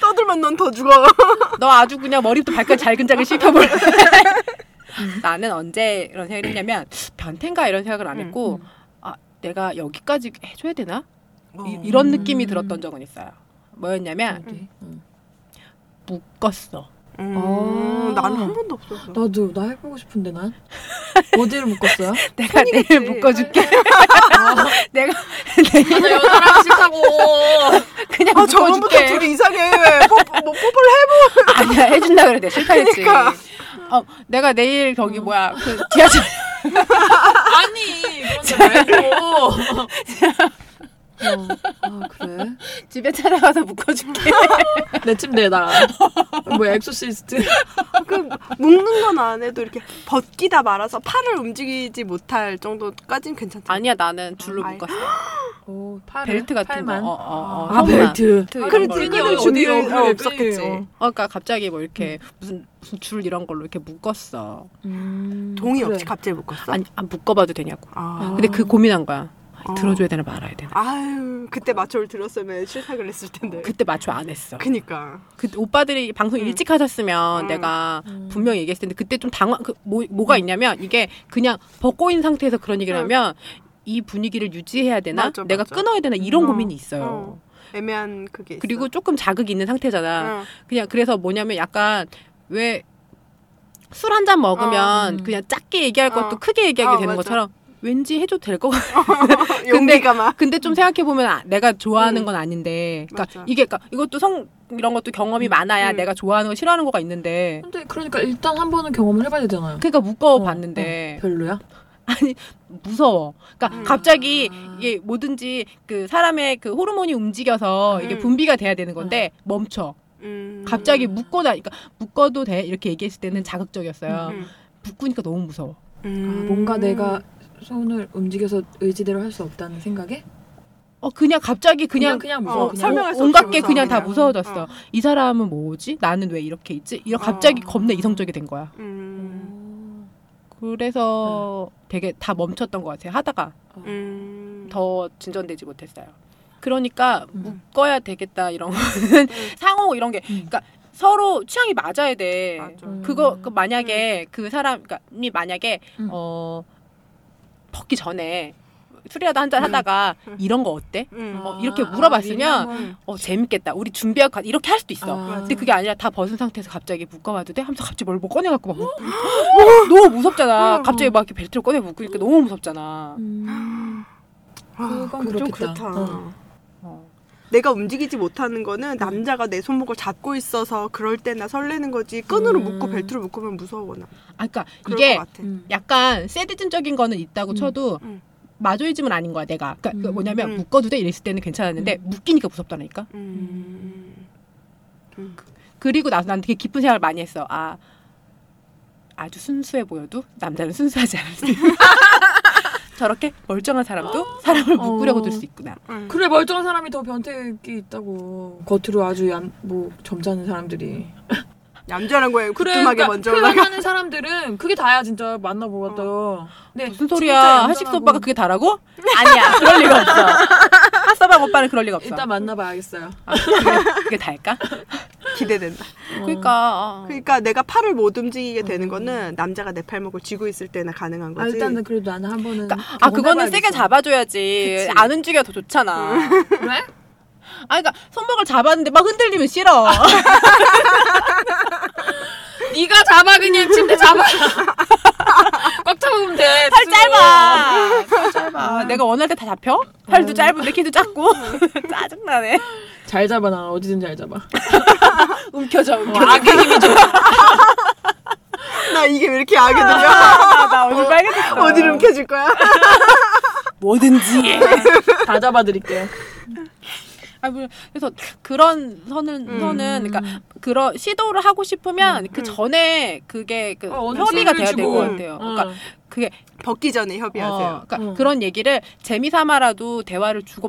Speaker 1: 떠들면 넌 더 죽어.
Speaker 2: 너 아주 그냥 머리부터 발끝 잘근잘근 씹혀볼. 나는 언제 이런 생각을 했냐면 변태인가 이런 생각을 안
Speaker 1: 음,
Speaker 2: 했고
Speaker 3: 음.
Speaker 2: 아 내가 여기까지 해줘야 되나
Speaker 1: 뭐. 어.
Speaker 2: 이, 이런
Speaker 3: 음.
Speaker 2: 느낌이 들었던 적은 있어요. 뭐였냐면
Speaker 3: 어디? 응.
Speaker 2: 음. 묶었어.
Speaker 1: 음,
Speaker 3: 아.
Speaker 1: 나는 한 번도 없었어.
Speaker 3: 나도 나 해보고 싶은데 난 어디를 묶었어요?
Speaker 2: 내가
Speaker 1: 손이겠지.
Speaker 2: 내일 묶어줄게. 내가
Speaker 3: 나 여자랑 싫다고.
Speaker 2: 그냥
Speaker 1: 아 저번부터
Speaker 2: 묶어줄게.
Speaker 1: 둘이 이상해. 뽀뽀, 뭐 뽀뽀를 해.
Speaker 2: 아니야 해준다 그래 내가 실패했지.
Speaker 1: 그러니까.
Speaker 2: 어 내가 내일 거기 뭐야 그 지하철
Speaker 3: 아니 그런데 말고. 어, 아 그래?
Speaker 2: 집에 찾아가서 묶어줄게.
Speaker 3: 내 침대에다가 뭐 엑소시스트
Speaker 1: 그 묶는 건 안 해도 이렇게 벗기다 말아서 팔을 움직이지 못할 정도까지는 괜찮다.
Speaker 2: 아니야 나는 줄로
Speaker 1: 아이.
Speaker 2: 묶었어.
Speaker 3: 오, 팔을,
Speaker 2: 벨트 같은
Speaker 3: 팔만.
Speaker 2: 거. 어, 어, 어,
Speaker 3: 아
Speaker 2: 손만.
Speaker 3: 벨트
Speaker 2: 벨트 이런
Speaker 1: 그래
Speaker 2: 걸로.
Speaker 3: 끈이
Speaker 1: 끈을
Speaker 3: 어디요?
Speaker 1: 준비할
Speaker 3: 그래,
Speaker 1: 없었겠지.
Speaker 3: 끈이요.
Speaker 2: 어, 그러니까 갑자기 뭐 이렇게 무슨 무슨 줄 이런 걸로 이렇게 묶었어.
Speaker 3: 음,
Speaker 1: 동의
Speaker 3: 그래.
Speaker 1: 없이 갑자기 묶었어.
Speaker 2: 아니 안 묶어봐도 되냐고.
Speaker 1: 아.
Speaker 2: 근데 그 고민한 거야.
Speaker 1: 어.
Speaker 2: 들어줘야 되나 말아야 되나.
Speaker 1: 아유 그때 맞춰를 들었으면 실사 그랬을 텐데. 그,
Speaker 2: 그때 마초 안 했어. 그,
Speaker 1: 그니까.
Speaker 2: 오빠들이 방송
Speaker 1: 음.
Speaker 2: 일찍 하셨으면
Speaker 1: 음.
Speaker 2: 내가
Speaker 3: 음.
Speaker 2: 분명히 얘기했을 텐데 그때 좀 당황. 그, 뭐, 뭐가 있냐면 이게 그냥 벗고 있는 상태에서 그런 얘기를
Speaker 1: 음.
Speaker 2: 하면 이 분위기를 유지해야 되나?
Speaker 1: 맞아,
Speaker 2: 내가
Speaker 1: 맞아.
Speaker 2: 끊어야 되나? 이런
Speaker 1: 어.
Speaker 3: 음.
Speaker 2: 고민이 있어요.
Speaker 1: 어. 애매한 그게 있어.
Speaker 2: 그리고 조금 자극이 있는 상태잖아.
Speaker 1: 응.
Speaker 2: 그냥 그래서 뭐냐면 약간 왜 술 한 잔 먹으면
Speaker 3: 어, 음.
Speaker 2: 그냥 작게 얘기할 것도
Speaker 1: 어.
Speaker 2: 크게 얘기하게
Speaker 1: 어,
Speaker 2: 되는
Speaker 1: 맞아.
Speaker 2: 것처럼 왠지 해줘도 될 것 같아.
Speaker 1: 용기가 막.
Speaker 2: 근데
Speaker 3: 음.
Speaker 2: 좀 생각해 보면 아, 내가 좋아하는
Speaker 1: 음.
Speaker 2: 건 아닌데, 그러니까
Speaker 1: 맞아.
Speaker 2: 이게 그러니까 이것도 성 이런 것도 경험이 많아야
Speaker 1: 음.
Speaker 2: 내가 좋아하는 거 싫어하는 거가 있는데,
Speaker 3: 근데 그러니까 일단 한 번은 경험을 해봐야 되잖아요
Speaker 2: 그러니까 묶어봤는데
Speaker 3: 별로야?
Speaker 2: 아니 무서워. 그러니까
Speaker 1: 음.
Speaker 2: 갑자기 이게 뭐든지 그 사람의 그 호르몬이 움직여서 이게
Speaker 1: 음.
Speaker 2: 분비가 돼야 되는 건데 멈춰.
Speaker 1: 음.
Speaker 2: 갑자기 묶고다, 그러니까 묶어도 돼 이렇게 얘기했을 때는 자극적이었어요.
Speaker 1: 음.
Speaker 2: 묶으니까 너무 무서워.
Speaker 3: 아,
Speaker 1: 음.
Speaker 3: 뭔가 내가 손을 움직여서 의지대로 할 수 없다는 생각에
Speaker 2: 어 그냥 갑자기 그냥,
Speaker 3: 그냥 그냥
Speaker 1: 어,
Speaker 3: 무서워 그냥
Speaker 1: 설명- 설명할 수
Speaker 2: 온갖
Speaker 1: 없이
Speaker 2: 게
Speaker 1: 무서워,
Speaker 2: 그냥 다
Speaker 1: 그냥.
Speaker 2: 무서워졌어.
Speaker 1: 어.
Speaker 2: 이 사람은 뭐지? 나는 왜 이렇게 있지? 이런 갑자기
Speaker 1: 어.
Speaker 2: 겁나 이성적이 된 거야.
Speaker 1: 음.
Speaker 3: 어? 음.
Speaker 2: 그래서 되게 다 멈췄던 것 같아요. 하다가
Speaker 3: 어.
Speaker 1: 음.
Speaker 2: 더 진전되지 못했어요. 그러니까
Speaker 3: 음.
Speaker 2: 묶어야 되겠다 이런 거는
Speaker 1: 음.
Speaker 2: 상호 이런 게 그러니까
Speaker 3: 음.
Speaker 2: 서로 취향이 맞아야 돼.
Speaker 1: 맞아. 음.
Speaker 3: 음.
Speaker 2: 그거 그 만약에 그 사람 그니까이 만약에
Speaker 3: 음.
Speaker 2: 어 벗기 전에 술이라도 한잔
Speaker 1: 음.
Speaker 2: 하다가
Speaker 1: 음.
Speaker 2: 이런 거 어때?
Speaker 1: 음.
Speaker 2: 어, 이렇게
Speaker 3: 아,
Speaker 2: 물어봤으면
Speaker 3: 미리 한번-
Speaker 1: 음.
Speaker 2: 어 재밌겠다. 우리 준비하고 가- 이렇게 할 수도 있어.
Speaker 3: 아.
Speaker 2: 근데 그게 아니라 다 벗은 상태에서 갑자기 묶어봐도 돼? 하면서 갑자기 뭘 뭐 꺼내갖고 막 묶-
Speaker 1: 음.
Speaker 2: 너무, 너무 무섭잖아. 갑자기 막 이렇게 벨트를 꺼내 묶으니까 너무 무섭잖아.
Speaker 3: 음.
Speaker 1: 아,
Speaker 3: 그건
Speaker 1: 좀
Speaker 3: 그렇겠다.
Speaker 1: 그렇다.
Speaker 3: 어.
Speaker 2: 어.
Speaker 1: 내가 움직이지 못하는 거는 남자가 내 손목을 잡고 있어서 그럴 때나 설레는 거지 끈으로
Speaker 3: 음.
Speaker 1: 묶고 벨트로 묶으면 무서워나
Speaker 2: 아, 그러니까
Speaker 1: 그럴
Speaker 2: 이게
Speaker 1: 것 같아.
Speaker 3: 음.
Speaker 2: 약간 세디즘적인 거는 있다고
Speaker 3: 음.
Speaker 2: 쳐도
Speaker 1: 음.
Speaker 2: 마조이즘은 아닌 거야 내가. 그러니까 그
Speaker 3: 음.
Speaker 2: 뭐냐면
Speaker 1: 음.
Speaker 2: 묶어도 돼 이랬을 때는 괜찮았는데
Speaker 3: 음.
Speaker 2: 묶이니까 무섭다니까.
Speaker 1: 음. 음.
Speaker 2: 그리고 나서 난 되게 깊은 생각을 많이 했어. 아 아주 순수해 보여도 남자는 순수하지 않을 수 있다. 저렇게 멀쩡한 사람도 사람을
Speaker 3: 어.
Speaker 2: 묶으려고 들 수 있구나.
Speaker 1: 음.
Speaker 3: 그래 멀쩡한 사람이 더 변태기 있다고 겉으로 아주 얌, 뭐 점잖은 사람들이
Speaker 1: 얌전한 거에
Speaker 2: 그
Speaker 3: 그러니까
Speaker 1: 구툼하게 먼저 올라가.
Speaker 3: 표현하는 사람들은 그게 다야 진짜 만나보았다요 네,
Speaker 2: 어. 무슨
Speaker 3: 진짜
Speaker 2: 소리야?
Speaker 3: 얌전하고.
Speaker 2: 하식스 오빠가 그게 다라고? 아니야. 그럴 리가 없어. 하서방 오빠는 그럴 리가 없어.
Speaker 3: 일단 어. 만나봐야겠어요
Speaker 2: 아, 그게, 그게 다일까?
Speaker 1: 기대된다.
Speaker 2: 그러니까. 아.
Speaker 3: 어.
Speaker 1: 그러니까 내가 팔을 못 움직이게 되는 거는 남자가 내 팔목을 쥐고 있을 때나 가능한
Speaker 3: 아,
Speaker 1: 거지.
Speaker 3: 일단은 그래도 나는 한 번은
Speaker 2: 그러니까, 아, 그거는 세게 잡아줘야지.
Speaker 3: 그치.
Speaker 2: 안 움직여 더 좋잖아. 아,
Speaker 3: 그래?
Speaker 2: 그러니까 손목을 잡았는데 막 흔들리면 싫어.
Speaker 3: 네가 잡아 그냥 침대 잡아 꽉 잡으면 돼팔
Speaker 2: 팔 짧아. 팔 짧아. 음. 내가 원할 때 다 잡혀? 팔도 짧은데 키도 작고. 짜증나네.
Speaker 3: 잘 잡아 나 어디든 잘 잡아
Speaker 2: 움켜져, 움켜져. 아,
Speaker 1: 나 이게 왜 이렇게 악이 들려?
Speaker 2: 아, 나 얼굴 빨개졌어.
Speaker 1: 어디를 움켜줄 거야?
Speaker 2: 뭐든지.
Speaker 3: 다 잡아드릴게
Speaker 2: 아, 물론 그래서 그런 선은
Speaker 1: 음.
Speaker 2: 선은 그러니까 그런 시도를 하고 싶으면 그 전에 그게 그 협의가 돼야 될 것 같아요.
Speaker 3: 어,
Speaker 2: 그러니까 그게
Speaker 1: 벗기 전에
Speaker 2: 어,
Speaker 1: 협의하세요.
Speaker 2: 그러니까
Speaker 3: 응.
Speaker 2: 그런 얘기를 재미 삼아라도 대화를 주고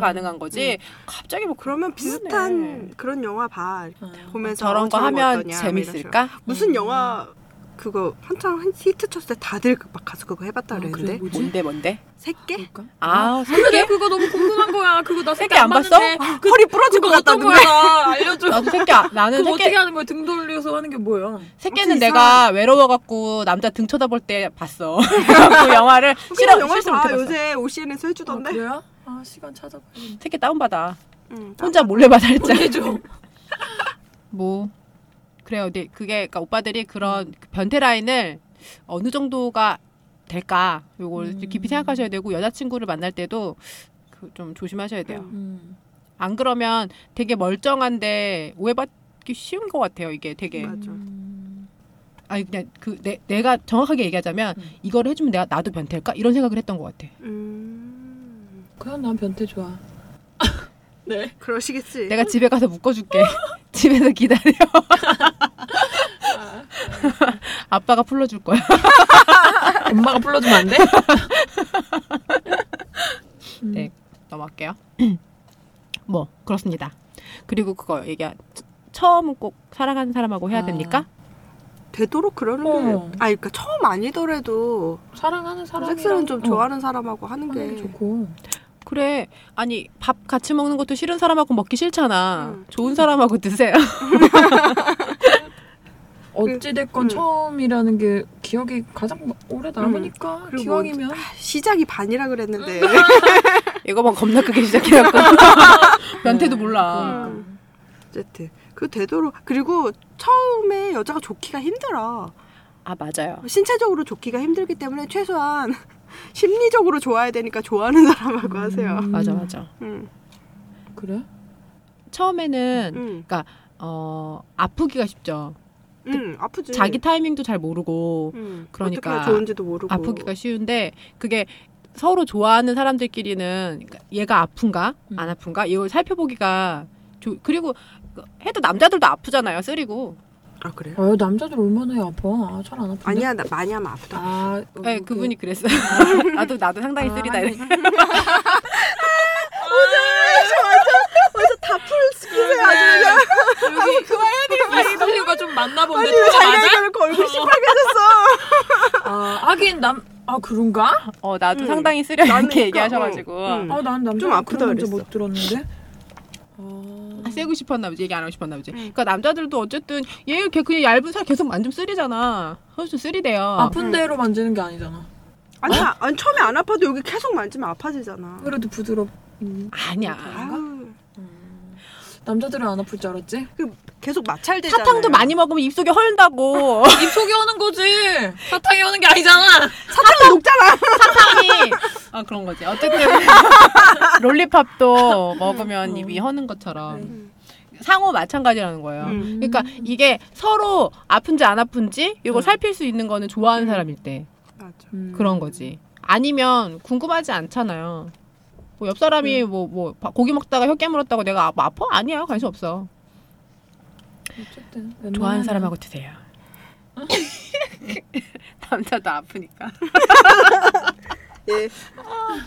Speaker 3: 음.
Speaker 2: 가능한 거지. 갑자기 뭐 그런
Speaker 1: 그러면 비슷한
Speaker 2: 그러네.
Speaker 1: 그런 영화 봐.
Speaker 3: 어.
Speaker 1: 보면서
Speaker 2: 저런 거
Speaker 1: 저런
Speaker 2: 하면
Speaker 1: 어떠냐, 뭐 이런 식으로.
Speaker 3: 음.
Speaker 2: 재밌을까?
Speaker 1: 무슨 영화 그거 한창 히트 쳤을 때 다들 그- 막 가서 그거 해봤다
Speaker 3: 아,
Speaker 1: 그랬는데
Speaker 3: 그래, 뭐지?
Speaker 2: 뭔데 뭔데?
Speaker 1: 뭐? 새끼?
Speaker 3: 그럴까?
Speaker 2: 아,
Speaker 3: 그래
Speaker 2: 새끼?
Speaker 3: 그거 너무 궁금한 거야. 그거 나
Speaker 2: 새끼 안 봤어? 아,
Speaker 3: 봤는데
Speaker 1: 허리 부러진 것
Speaker 3: 그거
Speaker 1: 같다
Speaker 3: 어떤
Speaker 1: 눈에
Speaker 3: 거야? 나 알려줘.
Speaker 2: 나도 새끼야. 나는
Speaker 3: 그거 어떻게
Speaker 2: 새끼
Speaker 3: 하는 거야? 등 돌려서 하는 게 뭐예요?
Speaker 2: 새끼는
Speaker 1: 혹시
Speaker 2: 내가 외로워갖고 남자 등 쳐다볼 때 봤어. 그 영화를 실험
Speaker 1: 영화
Speaker 2: 실수로
Speaker 1: 봐
Speaker 2: 봤어.
Speaker 1: 요새 OCN에서 해주던데
Speaker 3: 아, 그래요? 아 시간 찾아봐야겠다.
Speaker 2: 새끼 다운 받아.
Speaker 1: 응,
Speaker 3: 음.
Speaker 1: 나-
Speaker 2: 혼자 몰래 받아 했잖아.
Speaker 3: 보내줘.
Speaker 2: 뭐 그래 어디 그게 그러니까 오빠들이
Speaker 1: 음.
Speaker 2: 그런 그 변태 라인을 어느 정도가 될까 요걸
Speaker 3: 음.
Speaker 2: 깊이 생각하셔야 되고 여자친구를 만날 때도 그 좀 조심하셔야 돼요.
Speaker 1: 음.
Speaker 3: 음.
Speaker 2: 안 그러면 되게 멀쩡한데 오해받기 쉬운 것 같아요. 이게 되게
Speaker 1: 맞아.
Speaker 3: 음.
Speaker 2: 아니 그냥 그 내, 내가 정확하게 얘기하자면
Speaker 3: 음.
Speaker 2: 이걸 해주면 내가 나도 변태일까 이런 생각을 했던 것 같아.
Speaker 1: 음...
Speaker 3: 그냥 난 변태 좋아. 네.
Speaker 1: 그러시겠지
Speaker 2: 내가 집에 가서 묶어줄게. 집에서 기다려.
Speaker 3: 아.
Speaker 2: 아빠가 풀러줄 거야.
Speaker 3: 엄마가 불러주면 안 돼? 음.
Speaker 2: 네. 넘어갈게요. 뭐 그렇습니다. 그리고 그거 얘기 처음은 꼭 사랑하는 사람하고 해야
Speaker 3: 아.
Speaker 2: 됩니까?
Speaker 1: 되도록 그러는
Speaker 3: 어.
Speaker 1: 게 아니 그러니까 처음 아니더라도
Speaker 3: 사랑하는 사람.
Speaker 1: 섹스는
Speaker 2: 어.
Speaker 1: 좀 좋아하는 사람하고 하는 게
Speaker 3: 좋고.
Speaker 2: 그래 아니 밥 같이 먹는 것도 싫은 사람하고 먹기 싫잖아.
Speaker 1: 음.
Speaker 2: 좋은 사람하고 드세요.
Speaker 3: 어찌 됐건
Speaker 1: 음.
Speaker 3: 처음이라는 게 기억이 가장 오래 남으니까
Speaker 1: 음. 그리고
Speaker 3: 기왕이면
Speaker 1: 시작이 반이라
Speaker 2: 음.
Speaker 1: 그랬는데
Speaker 2: 이거만 겁나 크게 시작해갖고 변태도 몰라.
Speaker 3: 그러니까.
Speaker 1: 음. 어쨌든 그 되도록 그리고 처음에 여자가 좋기가 힘들어
Speaker 2: 아 맞아요.
Speaker 1: 신체적으로 좋기가 힘들기 때문에 최소한 심리적으로 좋아야 되니까 좋아하는 사람하고 하세요.
Speaker 3: 음.
Speaker 2: 맞아 맞아.
Speaker 1: 응,
Speaker 3: 그래?
Speaker 2: 처음에는
Speaker 1: 응,
Speaker 2: 어 아프기가 쉽죠.
Speaker 1: 응, 음.
Speaker 2: 음.
Speaker 1: 아프지.
Speaker 2: 자기 타이밍도 잘 모르고
Speaker 1: 응,
Speaker 2: 그러니까
Speaker 1: 어떻게 하면 좋은지도 모르고
Speaker 2: 아프기가 쉬운데 그게 서로 좋아하는 사람들끼리는 그러니까 얘가 아픈가
Speaker 3: 음.
Speaker 2: 안 아픈가 이걸 살펴보기가 조, 그리고 그 해도 남자들도 아프잖아요 쓰리고
Speaker 1: 아 그래?
Speaker 3: 아유 남자들 얼마나 해, 아파? 아, 잘 안 아픈데.
Speaker 1: 아니야 나 많이 하면 아프다.
Speaker 3: 아, 어,
Speaker 2: 네, 그분이 그랬어요 아, 나도 나도 상당히 쓰리다 이래.
Speaker 1: 그래 아주
Speaker 3: 여기 그만해야 돼. 이슬류가 좀 맞나 본데.
Speaker 1: 자기 얘기를 걸고 시뻘게
Speaker 3: 아, 하긴 남, 아, 그런가?
Speaker 2: 어 나도
Speaker 1: 음.
Speaker 2: 상당히 쓰려 이렇게
Speaker 1: 나는 그러니까,
Speaker 2: 얘기하셔가지고
Speaker 1: 어, 음.
Speaker 3: 아, 난 남자
Speaker 1: 좀 아프다 그랬어.
Speaker 3: 못 들었는데. 아,
Speaker 2: 아, 세고 싶었나 보지 얘기 안 하고 싶었나 보지
Speaker 1: 음.
Speaker 2: 그러니까 남자들도 어쨌든 얘걔 그냥 얇은 살 계속 만지면 쓰리잖아 선수 쓰리대요
Speaker 1: 음.
Speaker 3: 아픈 대로 만지는 게 아니잖아.
Speaker 1: 아니야 아니 처음에 안 아파도 여기 계속 만지면 아파지잖아.
Speaker 3: 그래도 부드럽. 음.
Speaker 2: 아니야
Speaker 1: 아유
Speaker 3: 음. 남자들은 안 아플 줄 알았지?
Speaker 1: 계속 마찰되잖아.
Speaker 2: 사탕도 많이 먹으면 입속에 헐다고
Speaker 3: 입속이 오는 거지. 사탕이 오는 게 아니잖아.
Speaker 1: 사탕 녹잖아.
Speaker 2: 사탕이 아 그런 거지 어쨌든 롤리팝도 먹으면 입이 허는
Speaker 3: 네.
Speaker 2: 것처럼
Speaker 1: 음.
Speaker 2: 상호 마찬가지라는 거예요.
Speaker 1: 음.
Speaker 2: 그러니까 이게 서로 아픈지 안 아픈지 이걸
Speaker 3: 음.
Speaker 2: 살필 수 있는 거는 좋아하는
Speaker 1: 음.
Speaker 2: 사람일 때
Speaker 1: 맞아.
Speaker 3: 음.
Speaker 2: 그런 거지. 아니면 궁금하지 않잖아요. 뭐 옆 사람이 뭐 뭐 고기 먹다가 혀 깨물었다고 내가 뭐 아파 아니야 관심 없어.
Speaker 3: 어쨌든
Speaker 2: 좋아하는
Speaker 3: 웬만하면.
Speaker 2: 사람하고 드세요. 남자도 아프니까.
Speaker 1: 예.
Speaker 2: 아.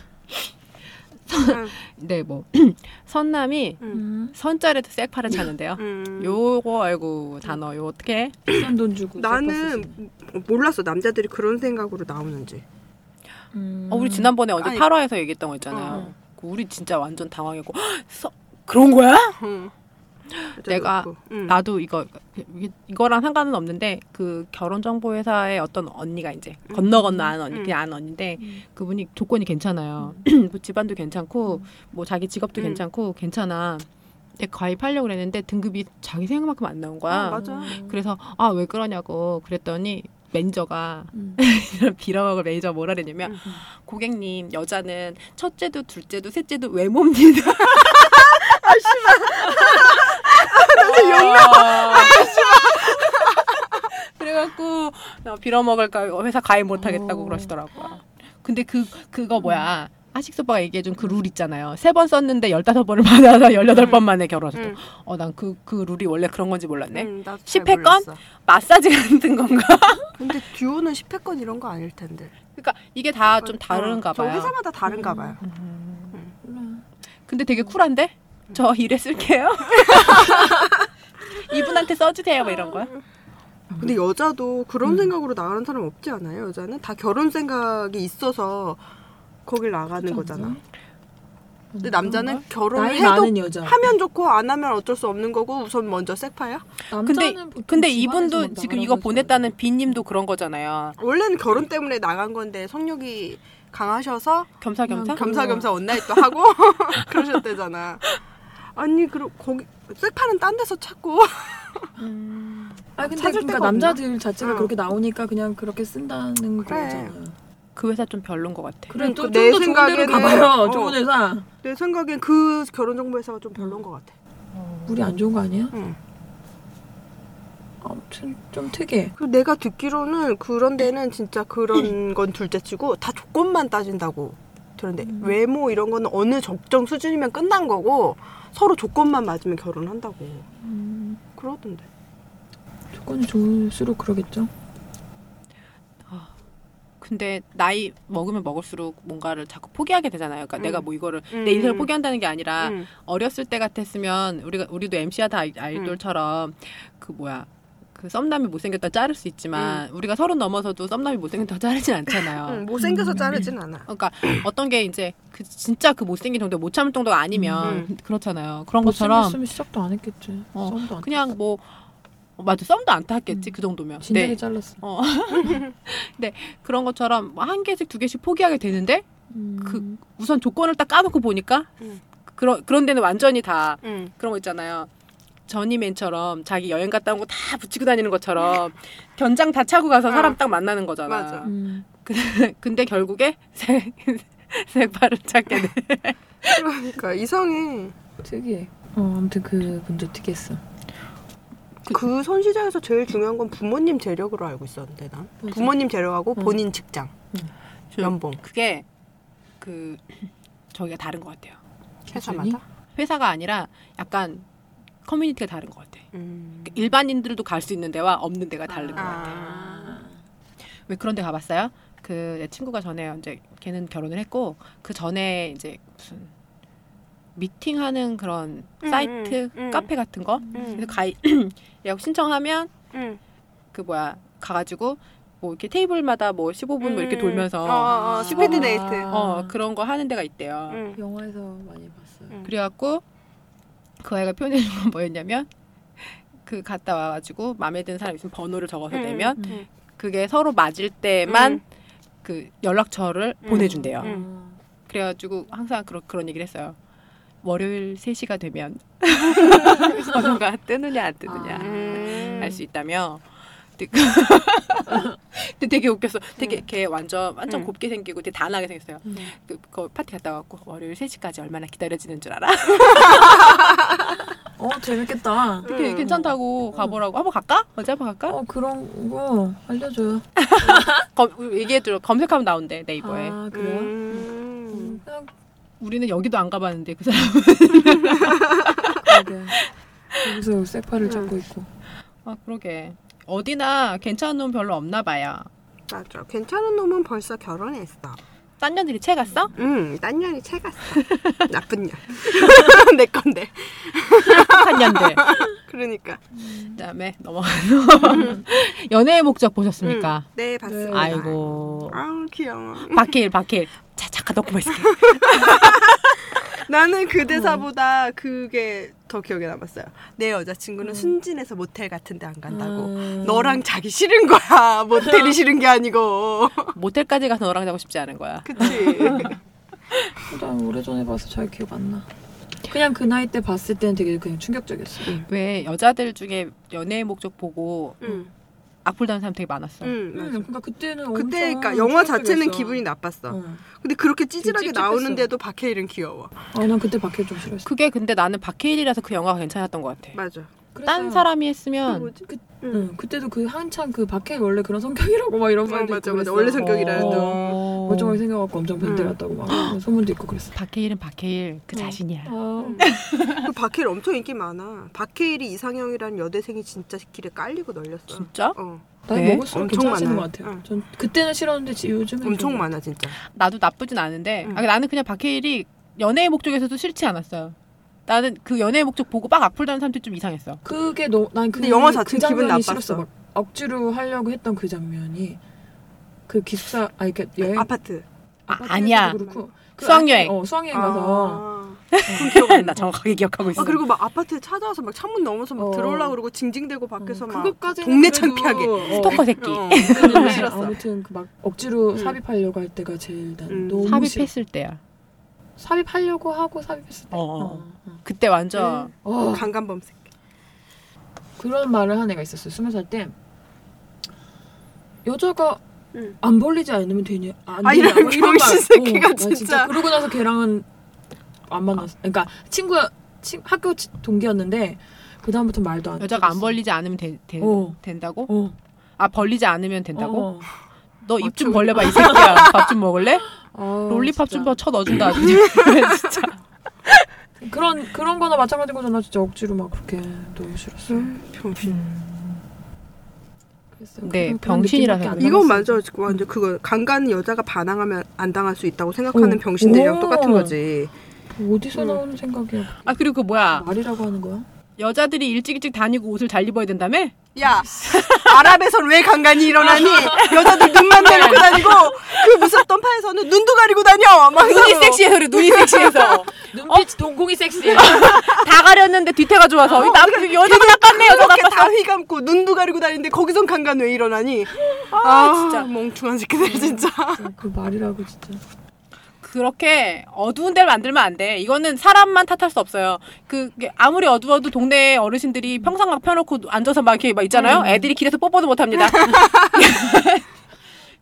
Speaker 2: 네 뭐 선남이
Speaker 1: 음.
Speaker 3: 음.
Speaker 2: 선자를 셀파를 찾는데요.
Speaker 1: 음.
Speaker 2: 요거 알고 단어 요 어떻게?
Speaker 3: 비싼 돈 주고. 제법 쓰지.
Speaker 1: 나는 음. 몰랐어 남자들이 그런 생각으로 나오는지.
Speaker 3: 음.
Speaker 2: 어, 우리 지난번에 언제
Speaker 1: 아니.
Speaker 2: 8화에서 얘기했던 거 있잖아요.
Speaker 3: 어.
Speaker 2: 그 우리 진짜 완전 당황했고 헉, 서, 그런 거야?
Speaker 1: 응.
Speaker 2: 내가
Speaker 1: 음.
Speaker 2: 나도 이거 이게- 이거랑 상관은 없는데 그 결혼 정보 회사의 어떤 언니가 이제
Speaker 1: 음.
Speaker 2: 건너 건너 아는 언니
Speaker 1: 음.
Speaker 2: 그냥 아는 언니인데
Speaker 3: 음.
Speaker 2: 그분이 조건이 괜찮아요. 뭐 집안도 괜찮고 뭐 자기 직업도
Speaker 1: 음.
Speaker 2: 괜찮고 괜찮아. 근데 가입하려고 그랬는데 등급이 자기 생각만큼 안 나온
Speaker 1: 아,
Speaker 2: 거야.
Speaker 1: 맞아.
Speaker 3: 음.
Speaker 2: 그래서 아 왜 그러냐고 그랬더니 매니저가
Speaker 3: 음.
Speaker 2: 이런 빌어먹을 매니저 뭐라 그랬냐면
Speaker 1: 음.
Speaker 2: 고객님 여자는 첫째도 둘째도 셋째도 외모입니다.
Speaker 1: 아,
Speaker 2: 아씨발. 그래갖고 나 빌어먹을까 회사 가입 못하겠다고
Speaker 3: 어.
Speaker 2: 그러시더라고요. 근데 그 그거
Speaker 1: 음.
Speaker 2: 뭐야? 아식소빠가 얘기해 준 그 룰 있잖아요. 세 번 썼는데 열다섯 번을 받아서 열여덟 번 만에 결혼하셨다.
Speaker 1: 음.
Speaker 2: 어난 그 그 룰이 원래 그런 건지 몰랐네.
Speaker 1: 음, 나도 잘
Speaker 2: 10회 건?
Speaker 1: 몰랐어.
Speaker 2: 마사지 같은 건가?
Speaker 1: 근데 듀오는 10회권 이런 거 아닐 텐데. 어,
Speaker 2: 그러니까 이게 다 좀 다른가
Speaker 1: 아, 저
Speaker 2: 봐요. 음.
Speaker 1: 회사마다 다른가 봐요.
Speaker 3: 몰라.
Speaker 2: 근데 되게 쿨한데? 저 일에 쓸게요. 이분한테 써주세요, 뭐 이런 거야?
Speaker 1: 근데 여자도 그런
Speaker 3: 음.
Speaker 1: 생각으로 나가는 사람 없지 않아요? 여자는 다 결혼 생각이 있어서 거길 나가는 거잖아. 근데 남자는 결혼을
Speaker 3: 음. 나이
Speaker 1: 해도
Speaker 3: 많은 여자.
Speaker 1: 하면 좋고 안 하면 어쩔 수 없는 거고 우선 먼저 세파야?
Speaker 3: 아,
Speaker 2: 근데
Speaker 3: 남자는 보통
Speaker 2: 근데
Speaker 3: 집안에서
Speaker 2: 이분도
Speaker 3: 먼저
Speaker 2: 지금 이거
Speaker 3: 알아보죠.
Speaker 2: 보냈다는 비님도 그런 거잖아요.
Speaker 1: 원래는 결혼 때문에 나간 건데 성욕이 강하셔서
Speaker 3: 그냥
Speaker 2: 겸사겸사.
Speaker 1: 겸사겸사 원나잇도 하고 그러셨대잖아. 아니 그럼 거기 세파는 딴 데서 찾고
Speaker 3: 아 근데
Speaker 1: 음. 찾을
Speaker 3: 그러니까
Speaker 1: 데가 없나?
Speaker 3: 남자들 자체가
Speaker 1: 어.
Speaker 3: 그렇게 나오니까 그냥 그렇게 쓴다는
Speaker 1: 그래.
Speaker 3: 거잖아요.
Speaker 2: 그 회사 좀 별론 것 같아.
Speaker 3: 그래
Speaker 1: 그러니까
Speaker 3: 또
Speaker 1: 내
Speaker 3: 좀더 좋은 데로
Speaker 1: 생각에는-
Speaker 3: 가봐요.
Speaker 1: 어.
Speaker 3: 좋은 회사.
Speaker 1: 내 생각엔 그 결혼 정보 회사가 좀
Speaker 3: 음.
Speaker 1: 별론 것 같아.
Speaker 3: 우리 안 좋은 거 아니야?
Speaker 1: 응.
Speaker 3: 아무튼 좀 특이해.
Speaker 1: 그리고 내가 듣기로는 그런 데는 진짜 그런 건 둘째치고 다 조건만 따진다고 들었는데
Speaker 3: 음.
Speaker 1: 외모 이런 거는 어느 적정 수준이면 끝난 거고 서로 조건만 맞으면 결혼한다고
Speaker 3: 음,
Speaker 1: 그러던데.
Speaker 3: 조건이 좋을수록 그러겠죠.
Speaker 2: 근데 나이 먹으면 먹을수록 뭔가를 자꾸 포기하게 되잖아요. 그러니까
Speaker 1: 음.
Speaker 2: 내가 뭐 이거를 내 인생을 포기한다는 게 아니라
Speaker 1: 음.
Speaker 2: 어렸을 때 같았으면 우리가 우리도 MC하다 아이- 아이돌처럼 그 뭐야 그 썸남이 못생겼다 자를 수 있지만
Speaker 3: 음.
Speaker 2: 우리가 서른 넘어서도 썸남이 못생겼다 자르진 않잖아요.
Speaker 1: 응, 음. 뭐
Speaker 2: 음.
Speaker 1: 못생겨서 자르진 않아.
Speaker 2: 그러니까 어떤 게 이제 그 진짜 그 못생긴 정도 못 참을 정도가
Speaker 1: 음,
Speaker 2: 아니면 그렇잖아요. 그런 것처럼
Speaker 3: 못생겼으면 시작도 안 했겠지.
Speaker 2: 어,
Speaker 3: 썸도 안
Speaker 2: 그냥 뭐 어, 맞아 썸도 안 탔겠지
Speaker 3: 음.
Speaker 2: 그 정도면.
Speaker 3: 진작에
Speaker 2: 네.
Speaker 3: 잘랐어.
Speaker 2: 그런 것처럼 뭐한 개씩 두 개씩 포기하게 되는데
Speaker 3: 음.
Speaker 2: 그- 우선 조건을 딱 까놓고 보니까
Speaker 1: 음.
Speaker 2: 그런 그런 데는 완전히 다
Speaker 1: 응.
Speaker 2: 그런 거 있잖아요. 전이맨처럼 자기 여행 갔다 온 거 다 붙이고 다니는 것처럼 견장 다 차고 가서 사람
Speaker 1: 어.
Speaker 2: 딱 만나는 거잖아.
Speaker 1: 맞아.
Speaker 3: 음.
Speaker 2: 근데 결국에 색 색발을 찾게 돼.
Speaker 1: 그러니까 이상해.
Speaker 3: 특이해. 어 아무튼 그 분도 특이했어.
Speaker 2: 음.
Speaker 1: 그 선시장에서 제일 중요한 건 부모님 재력으로 알고 있었는데 난
Speaker 3: 맞아.
Speaker 1: 부모님 재력하고
Speaker 2: 음.
Speaker 3: 응.
Speaker 1: 본인 직장 연봉
Speaker 2: 그게 그 저기가 다른 것 같아요.
Speaker 1: 회사마다.
Speaker 2: 회사가 아니라 약간 커뮤니티가 다른 것 같아.
Speaker 1: 음.
Speaker 2: 일반인들도 갈 수 있는 데와 없는 데가 다른 것 같아.
Speaker 1: 아.
Speaker 2: 왜 그런 데 가봤어요? 그 내 친구가 전에 이제 걔는 결혼을 했고 그 전에 이제 무슨 미팅하는 그런
Speaker 1: 음,
Speaker 2: 사이트
Speaker 1: 음, 음.
Speaker 2: 카페 같은 거
Speaker 1: 응.
Speaker 2: 그래서 가입 예약 신청하면
Speaker 1: 응.
Speaker 2: 그 뭐야 가가지고 뭐 이렇게 테이블마다 뭐 15분 뭐 이렇게
Speaker 1: 음.
Speaker 2: 돌면서 아.
Speaker 1: 어, 어, 음. 스피드 데이트.
Speaker 2: 어,
Speaker 3: 아.
Speaker 2: 그런 거 하는 데가 있대요.
Speaker 1: 응.
Speaker 3: 영화에서 많이 봤어요.
Speaker 1: 음.
Speaker 2: 그래갖고 그 아이가 표현해준 건 뭐였냐면 그 갔다 와가지고 마음에 드는 사람 있으면 번호를 적어서
Speaker 1: 음,
Speaker 2: 내면
Speaker 3: 음.
Speaker 2: 그게 서로 맞을 때만
Speaker 1: 음.
Speaker 2: 그 연락처를
Speaker 1: 음.
Speaker 2: 보내준대요.
Speaker 1: 음.
Speaker 2: 그래가지고 항상 그런 그런 얘기를 했어요. 월요일 3시가 되면 번호가 뜨느냐 안 뜨느냐
Speaker 1: 음.
Speaker 3: 아.
Speaker 2: 알 수 있다며. 근데 그- 근데 되게 웃겼어. 되게 걔 완전 완전
Speaker 1: 음.
Speaker 2: 곱게 생기고 되게 단아하게 생겼어요.
Speaker 3: 음.
Speaker 2: 그, 그 파티 갔다 왔고 월요일 3시까지 얼마나 기다려지는 줄 알아?
Speaker 3: 어 재밌겠다.
Speaker 2: 되게 괜찮다고 가보라고. 한번 갈까? 언제 한번 갈까?
Speaker 3: 어 그런 거 알려줘요.
Speaker 2: 검, 얘기해줘. 검색하면 나온대 네이버에.
Speaker 3: 아 그래요?
Speaker 1: 음.
Speaker 3: 음, 그냥
Speaker 2: 우리는 여기도 안 가봤는데 그 사람.
Speaker 3: 그러게. 여기서
Speaker 1: 음.
Speaker 3: 색파를 찾고 있고.
Speaker 2: 아 그러게. 어디나 괜찮은 놈 별로 없나 봐요.
Speaker 1: 맞아. 괜찮은 놈은 벌써 결혼했어.
Speaker 2: 딴 년들이 채 갔어?
Speaker 1: 응, 딴 년이 채갔어. 나쁜 년. 내 건데.
Speaker 2: 딴 년들.
Speaker 1: 그러니까.
Speaker 2: 그다음에 넘어가서 음. 연애의 목적 보셨습니까?
Speaker 1: 응, 네, 봤습니다.
Speaker 2: 음. 아이고
Speaker 1: 아우, 귀여워.
Speaker 2: 박해일 박해일. 자 잠깐 넣고 있을게.
Speaker 1: 나는 그 대사보다 그게 더 기억에 남았어요. 내 여자친구는
Speaker 3: 음.
Speaker 1: 순진해서 모텔 같은 데 안 간다고.
Speaker 3: 음.
Speaker 1: 너랑 자기 싫은 거야. 모텔이 싫은 게 아니고. 음.
Speaker 2: 모텔까지 가서 너랑 자고 싶지 않은 거야.
Speaker 1: 그치?
Speaker 3: 나 오래전에 봐서 잘 기억 안 나. 그냥 그 나이 때 봤을 때는 되게 그냥 충격적이었어.
Speaker 2: 왜 여자들 중에 연애의 목적 보고
Speaker 1: 응,
Speaker 2: 악플 다는 사람 되게 많았어.
Speaker 1: 응,
Speaker 3: 응,
Speaker 1: 음, 맞아.
Speaker 3: 그러니까 그때는
Speaker 1: 그때
Speaker 3: 엄청
Speaker 1: 그러니까 영화
Speaker 3: 충격적이었어. 음.
Speaker 1: 자체는 기분이 나빴어.
Speaker 3: 응.
Speaker 1: 근데 그렇게 찌질하게
Speaker 3: 찝찝했어.
Speaker 1: 나오는데도 박해일은 귀여워.
Speaker 3: 아, 난 그때 박해 좀 싫었어.
Speaker 2: 그게 근데 나는 박해일이라서 그 영화가 괜찮았던 것 같아.
Speaker 1: 맞아.
Speaker 2: 딴
Speaker 3: 그랬어요.
Speaker 2: 사람이
Speaker 1: 그
Speaker 2: 했으면
Speaker 1: 뭐지?
Speaker 3: 그-
Speaker 1: 응.
Speaker 3: 응, 그때도 그 한창 그 박해 원래 그런 성격이라고 막 이런
Speaker 1: 어,
Speaker 3: 말도
Speaker 1: 맞아,
Speaker 3: 있고
Speaker 1: 맞아.
Speaker 3: 그랬어.
Speaker 1: 원래 음. 성격이라도.
Speaker 2: 어.
Speaker 3: 멀쩡하게 생겨갖고 엄청 변태같다고 막 소문도 있고 그랬어.
Speaker 2: 박해일은 박해일 그
Speaker 3: 어.
Speaker 2: 자신이야.
Speaker 3: 아,
Speaker 1: 그 박해일 엄청 인기 많아. 박해일이 이상형이라는 여대생이 진짜 길에 깔리고 널렸어.
Speaker 2: 진짜?
Speaker 1: 어,
Speaker 3: 나이
Speaker 2: 네?
Speaker 3: 먹을수록
Speaker 1: 엄청
Speaker 3: 괜찮아지는
Speaker 1: 많아요.
Speaker 3: 것 같아요.
Speaker 1: 응.
Speaker 3: 전 그때는 싫었는데 지- 요즘은
Speaker 1: 엄청
Speaker 3: 좀-
Speaker 1: 많아 진짜.
Speaker 2: 나도 나쁘진 않은데
Speaker 1: 음.
Speaker 2: 아, 나는 그냥 박해일이 연애의 목적에서도 싫지 않았어요. 나는 그 연애의 목적 보고 막 악플 다는 사람들이 좀 이상했어.
Speaker 3: 그게 너난
Speaker 1: 근데 영화 자체는 기분 나빴어.
Speaker 3: 막 억지로 하려고 했던 그 장면이 그 기숙사 아 이렇게 여행
Speaker 1: 네, 아파트.
Speaker 2: 아,
Speaker 3: 아파트에서도
Speaker 2: 아니야.
Speaker 3: 그렇고 그
Speaker 2: 수학여행.
Speaker 3: 아이들이, 어 수학여행 가서
Speaker 1: 아, 기억 안 나.
Speaker 2: 나 정확하게 기억하고 있어.
Speaker 1: 아 그리고 막 아파트에 찾아와서 막 창문 넘어서 막
Speaker 3: 어.
Speaker 1: 들어올라 그러고 징징대고 밖에서 막
Speaker 3: 그것까지는
Speaker 1: 동네
Speaker 3: 그래도-
Speaker 1: 창피하게.
Speaker 3: 어,
Speaker 2: 스토커 새끼.
Speaker 1: 어. 네.
Speaker 3: 그랬는데
Speaker 1: 싫었어.
Speaker 3: 아무튼 그 막 억지로
Speaker 1: 음.
Speaker 3: 삽입하려고 할 때가 제일 난
Speaker 1: 음.
Speaker 3: 너무 싫어.
Speaker 2: 삽입했을 때야.
Speaker 3: 삽입하려고 하고 삽입했을 때.
Speaker 2: 어,
Speaker 3: 어.
Speaker 2: 어.
Speaker 3: 어.
Speaker 2: 그때 완전
Speaker 3: 어,
Speaker 1: 강간범 새끼.
Speaker 3: 그런 말을 한 애가 있었어요. 스무 살 때. 여자가
Speaker 1: 음.
Speaker 3: 안 벌리지 않으면 되냐? 안
Speaker 1: 아, 이런
Speaker 3: 되냐? 뭐 말.
Speaker 1: 병신 새끼가
Speaker 3: 나
Speaker 1: 진짜.
Speaker 3: 그러고 나서 걔랑은 안 만났어. 그러니까 친구 친, 학교 치- 동기였는데 그 다음부터 말도 안.
Speaker 2: 여자가 안
Speaker 3: 들었어.
Speaker 2: 벌리지 않으면 되, 되,
Speaker 3: 어.
Speaker 2: 된다고?
Speaker 3: 어.
Speaker 2: 아 벌리지 않으면 된다고?
Speaker 3: 어.
Speaker 2: 너 입 좀
Speaker 1: 어쩌-
Speaker 2: 벌려봐 이 새끼야. 밥 좀 먹을래?
Speaker 3: 아,
Speaker 2: 롤리팝
Speaker 3: 진짜.
Speaker 2: 좀쳐 넣어준다. 아주 그냥. 진짜.
Speaker 3: 그런 그런 거나 마찬가지인 거잖아. 진짜 억지로 막 그렇게 너무 싫었어.
Speaker 2: 네,
Speaker 1: 병신.
Speaker 3: 그랬어요.
Speaker 2: 네,
Speaker 3: 그런- 그런
Speaker 2: 병신이라서
Speaker 3: 느낌밖에 안
Speaker 2: 그래요.
Speaker 1: 이건 맞아.
Speaker 3: 남았어요.
Speaker 1: 완전 그거 강간은 여자가 반항하면 안 당할 수 있다고 생각하는
Speaker 3: 오.
Speaker 1: 병신들이랑
Speaker 3: 오.
Speaker 1: 똑같은 거지.
Speaker 3: 어디서
Speaker 1: 음.
Speaker 3: 나오는 생각이야?
Speaker 2: 아 그리고 그 뭐야
Speaker 3: 말이라고 하는 거야?
Speaker 2: 여자들이 일찍 일찍 다니고 옷을 잘 입어야 된다며?
Speaker 1: 야, 아랍에선 왜 강간이 일어나니? 여자들 눈만 가리고 다니고 그 무슨 던파에서는 눈도 가리고 다녀. 막
Speaker 2: 아, 눈이 섹시해서 그래 눈이 섹시해서
Speaker 3: 어? 눈빛 동공이 섹시해.
Speaker 2: 다 가렸는데 뒤태가 좋아서 이 남, 여자가 나빴네 여자
Speaker 1: 이렇게
Speaker 2: 나빴어
Speaker 1: 다 휘감고 눈도 가리고 다니는데 거기선 강간 왜 일어나니? 아, 진짜 멍청한 새끼들 진짜.
Speaker 3: 그 말이라고 진짜.
Speaker 2: 그렇게 어두운 데를 만들면 안 돼 이거는 사람만 탓할 수 없어요 그 그게 아무리 어두워도 동네 어르신들이 평상막 펴놓고 앉아서 막 이렇게 막 있잖아요 애들이 길에서 뽀뽀도 못합니다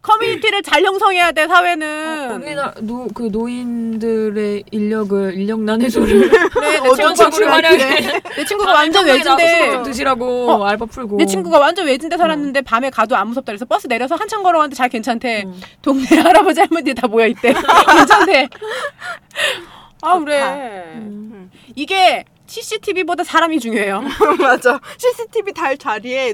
Speaker 2: 커뮤니티를 잘 형성해야 돼 사회는
Speaker 3: 우리나 노그 노인들의 인력을 인력난 해소를
Speaker 2: 그래 네, 내
Speaker 1: 어두운
Speaker 2: 친구가,
Speaker 1: 방식으로
Speaker 3: 활용해.
Speaker 2: 내 친구가 완전
Speaker 3: 나와서 좀
Speaker 2: 외진데
Speaker 3: 드시라고
Speaker 2: 어,
Speaker 3: 알바 풀고.
Speaker 2: 내 친구가 완전 외진데 살았는데 밤에 가도 안 무섭다 그래서 버스 내려서 한참 걸어왔는데 잘 괜찮대
Speaker 3: 음.
Speaker 2: 동네 할아버지 할머니 다 모여 있대 괜찮대 아 그래
Speaker 3: 음.
Speaker 2: 이게 CCTV보다 사람이 중요해요
Speaker 1: 맞아. CCTV 달 자리에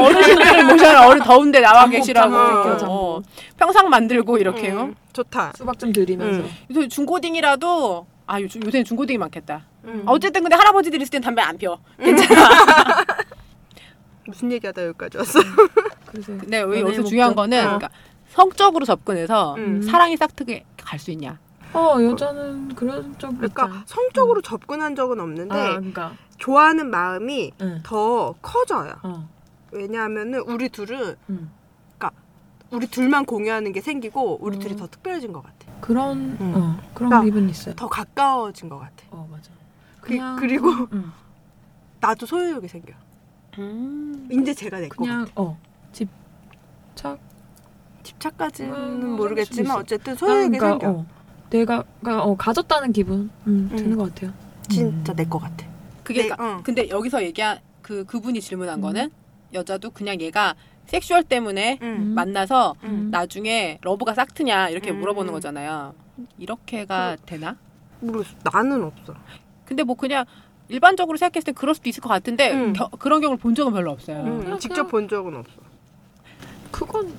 Speaker 2: 어르신들을 모셔라 어른 더운데 나와
Speaker 3: 잠복,
Speaker 2: 계시라고
Speaker 1: 잠복,
Speaker 2: 이렇게,
Speaker 3: 잠복.
Speaker 2: 어, 평상 만들고 이렇게요
Speaker 1: 음, 좋다.
Speaker 3: 수박 좀 드리면서.
Speaker 1: 음.
Speaker 2: 요새 중고딩이라도 아 요즘 요새는 중고딩이 많겠다
Speaker 1: 음.
Speaker 2: 아, 어쨌든 근데 할아버지들 있을 땐 담배 안 피워 괜찮아
Speaker 1: 무슨 얘기하다 여기까지 왔어?
Speaker 3: 그래서
Speaker 2: 근데 왜
Speaker 3: 연애
Speaker 2: 여기서
Speaker 3: 목적.
Speaker 2: 중요한 거는
Speaker 1: 어.
Speaker 2: 그러니까 성적으로 접근해서
Speaker 1: 음.
Speaker 2: 사랑이 싹트게 갈 수 있냐
Speaker 3: 어 여자는 그런 좀
Speaker 1: 그러니까 성적으로 접근한 적은 없는데
Speaker 3: 아 그러니까
Speaker 1: 좋아하는 마음이
Speaker 3: 응.
Speaker 1: 더 커져요.
Speaker 3: 어.
Speaker 1: 왜냐하면은 우리 둘은 그러니까
Speaker 3: 음.
Speaker 1: 우리 둘만 공유하는 게 생기고 우리
Speaker 3: 음.
Speaker 1: 둘이 더 특별해진 것 같아.
Speaker 3: 그런
Speaker 1: 음.
Speaker 3: 어 그런
Speaker 1: 그러니까
Speaker 3: 기분이 있어요.
Speaker 1: 더 가까워진 것 같아.
Speaker 3: 어 맞아.
Speaker 1: 그, 그리고
Speaker 3: 음.
Speaker 1: 나도 소유욕이 생겨. 이제 제가 내 거.
Speaker 3: 그냥 어 집착
Speaker 1: 집착까지는
Speaker 3: 음,
Speaker 1: 모르겠지만
Speaker 3: 생길
Speaker 1: 어쨌든 소유욕이
Speaker 3: 그러니까,
Speaker 1: 생겨.
Speaker 3: 어, 내가 그러니까, 어, 가졌다는 기분 음,
Speaker 1: 음.
Speaker 3: 드는 것 같아요. 음.
Speaker 1: 진짜 내 거 같아.
Speaker 2: 그게
Speaker 1: 네,
Speaker 2: 그러니까
Speaker 1: 어.
Speaker 2: 근데 여기서 얘기한 그 그분이 질문한
Speaker 3: 음.
Speaker 2: 거는 여자도 그냥 얘가 섹슈얼 때문에
Speaker 1: 응.
Speaker 3: 음.
Speaker 2: 만나서
Speaker 1: 음.
Speaker 2: 나중에 러브가 싹트냐 이렇게
Speaker 1: 음.
Speaker 2: 물어보는 거잖아요. 이렇게가 되나?
Speaker 1: 모르겠어. 나는 없어.
Speaker 2: 근데 뭐 그냥 일반적으로 생각했을 때 그럴 수도 있을 것 같은데
Speaker 1: 음.
Speaker 2: 겨- 그런 경우를 본 적은 별로 없어요.
Speaker 1: 응.
Speaker 3: 음. 그냥-
Speaker 1: 직접 본 적은 없어.
Speaker 3: 그건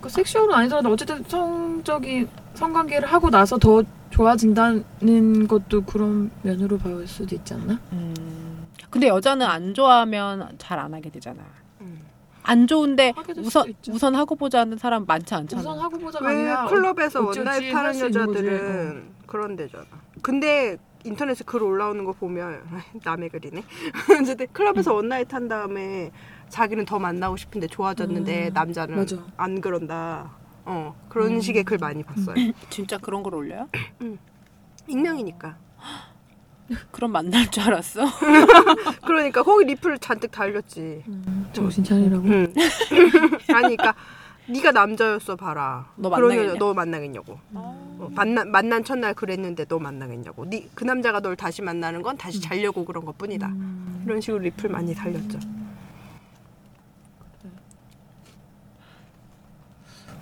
Speaker 3: 그 섹슈얼은 아니더라도 어쨌든 성적인 성관계를 하고 나서 더 좋아진다는 것도 그런 면으로 봐올 수도 있지 않나?
Speaker 2: 음. 근데 여자는 안 좋아하면 잘 안 하게 되잖아.
Speaker 1: 음.
Speaker 2: 안 좋은데
Speaker 3: 하게 될 수도
Speaker 2: 우선
Speaker 3: 있죠.
Speaker 2: 우선 하고 보자는 사람 많지 않잖아.
Speaker 3: 우선 하고 보자가
Speaker 1: 왜
Speaker 3: 아니라
Speaker 1: 클럽에서
Speaker 3: 어쩌지
Speaker 1: 원나잇
Speaker 3: 할수
Speaker 1: 하는
Speaker 3: 있는 거지. 어.
Speaker 1: 여자들은 그런 데잖아. 근데 인터넷에 글 올라오는 거 보면 남의 글이네. 근데 클럽에서 원나잇 한 다음에 자기는 더 만나고 싶은데 좋아졌는데
Speaker 3: 음,
Speaker 1: 남자는
Speaker 3: 맞아.
Speaker 1: 안 그런다. 어 그런
Speaker 3: 음.
Speaker 1: 식의 글 많이 봤어요.
Speaker 2: 진짜 그런 걸 올려요?
Speaker 1: 익명이니까.
Speaker 2: 그럼 만날 줄 알았어.
Speaker 1: 그러니까 거기 리플 잔뜩 달렸지.
Speaker 3: 음, 정신 차리라고.
Speaker 1: 응. 아니 그러니까 네가 남자였어 봐라.
Speaker 2: 너
Speaker 1: 그런
Speaker 2: 만나겠냐?
Speaker 1: 여자 너 만나겠냐고. 어, 만나, 만난 첫날 그랬는데 너 만나겠냐고. 네, 그 남자가 널 다시 만나는 건 다시 자려고 그런 것 뿐이다. 이런 식으로 리플 많이 달렸죠.
Speaker 3: 어.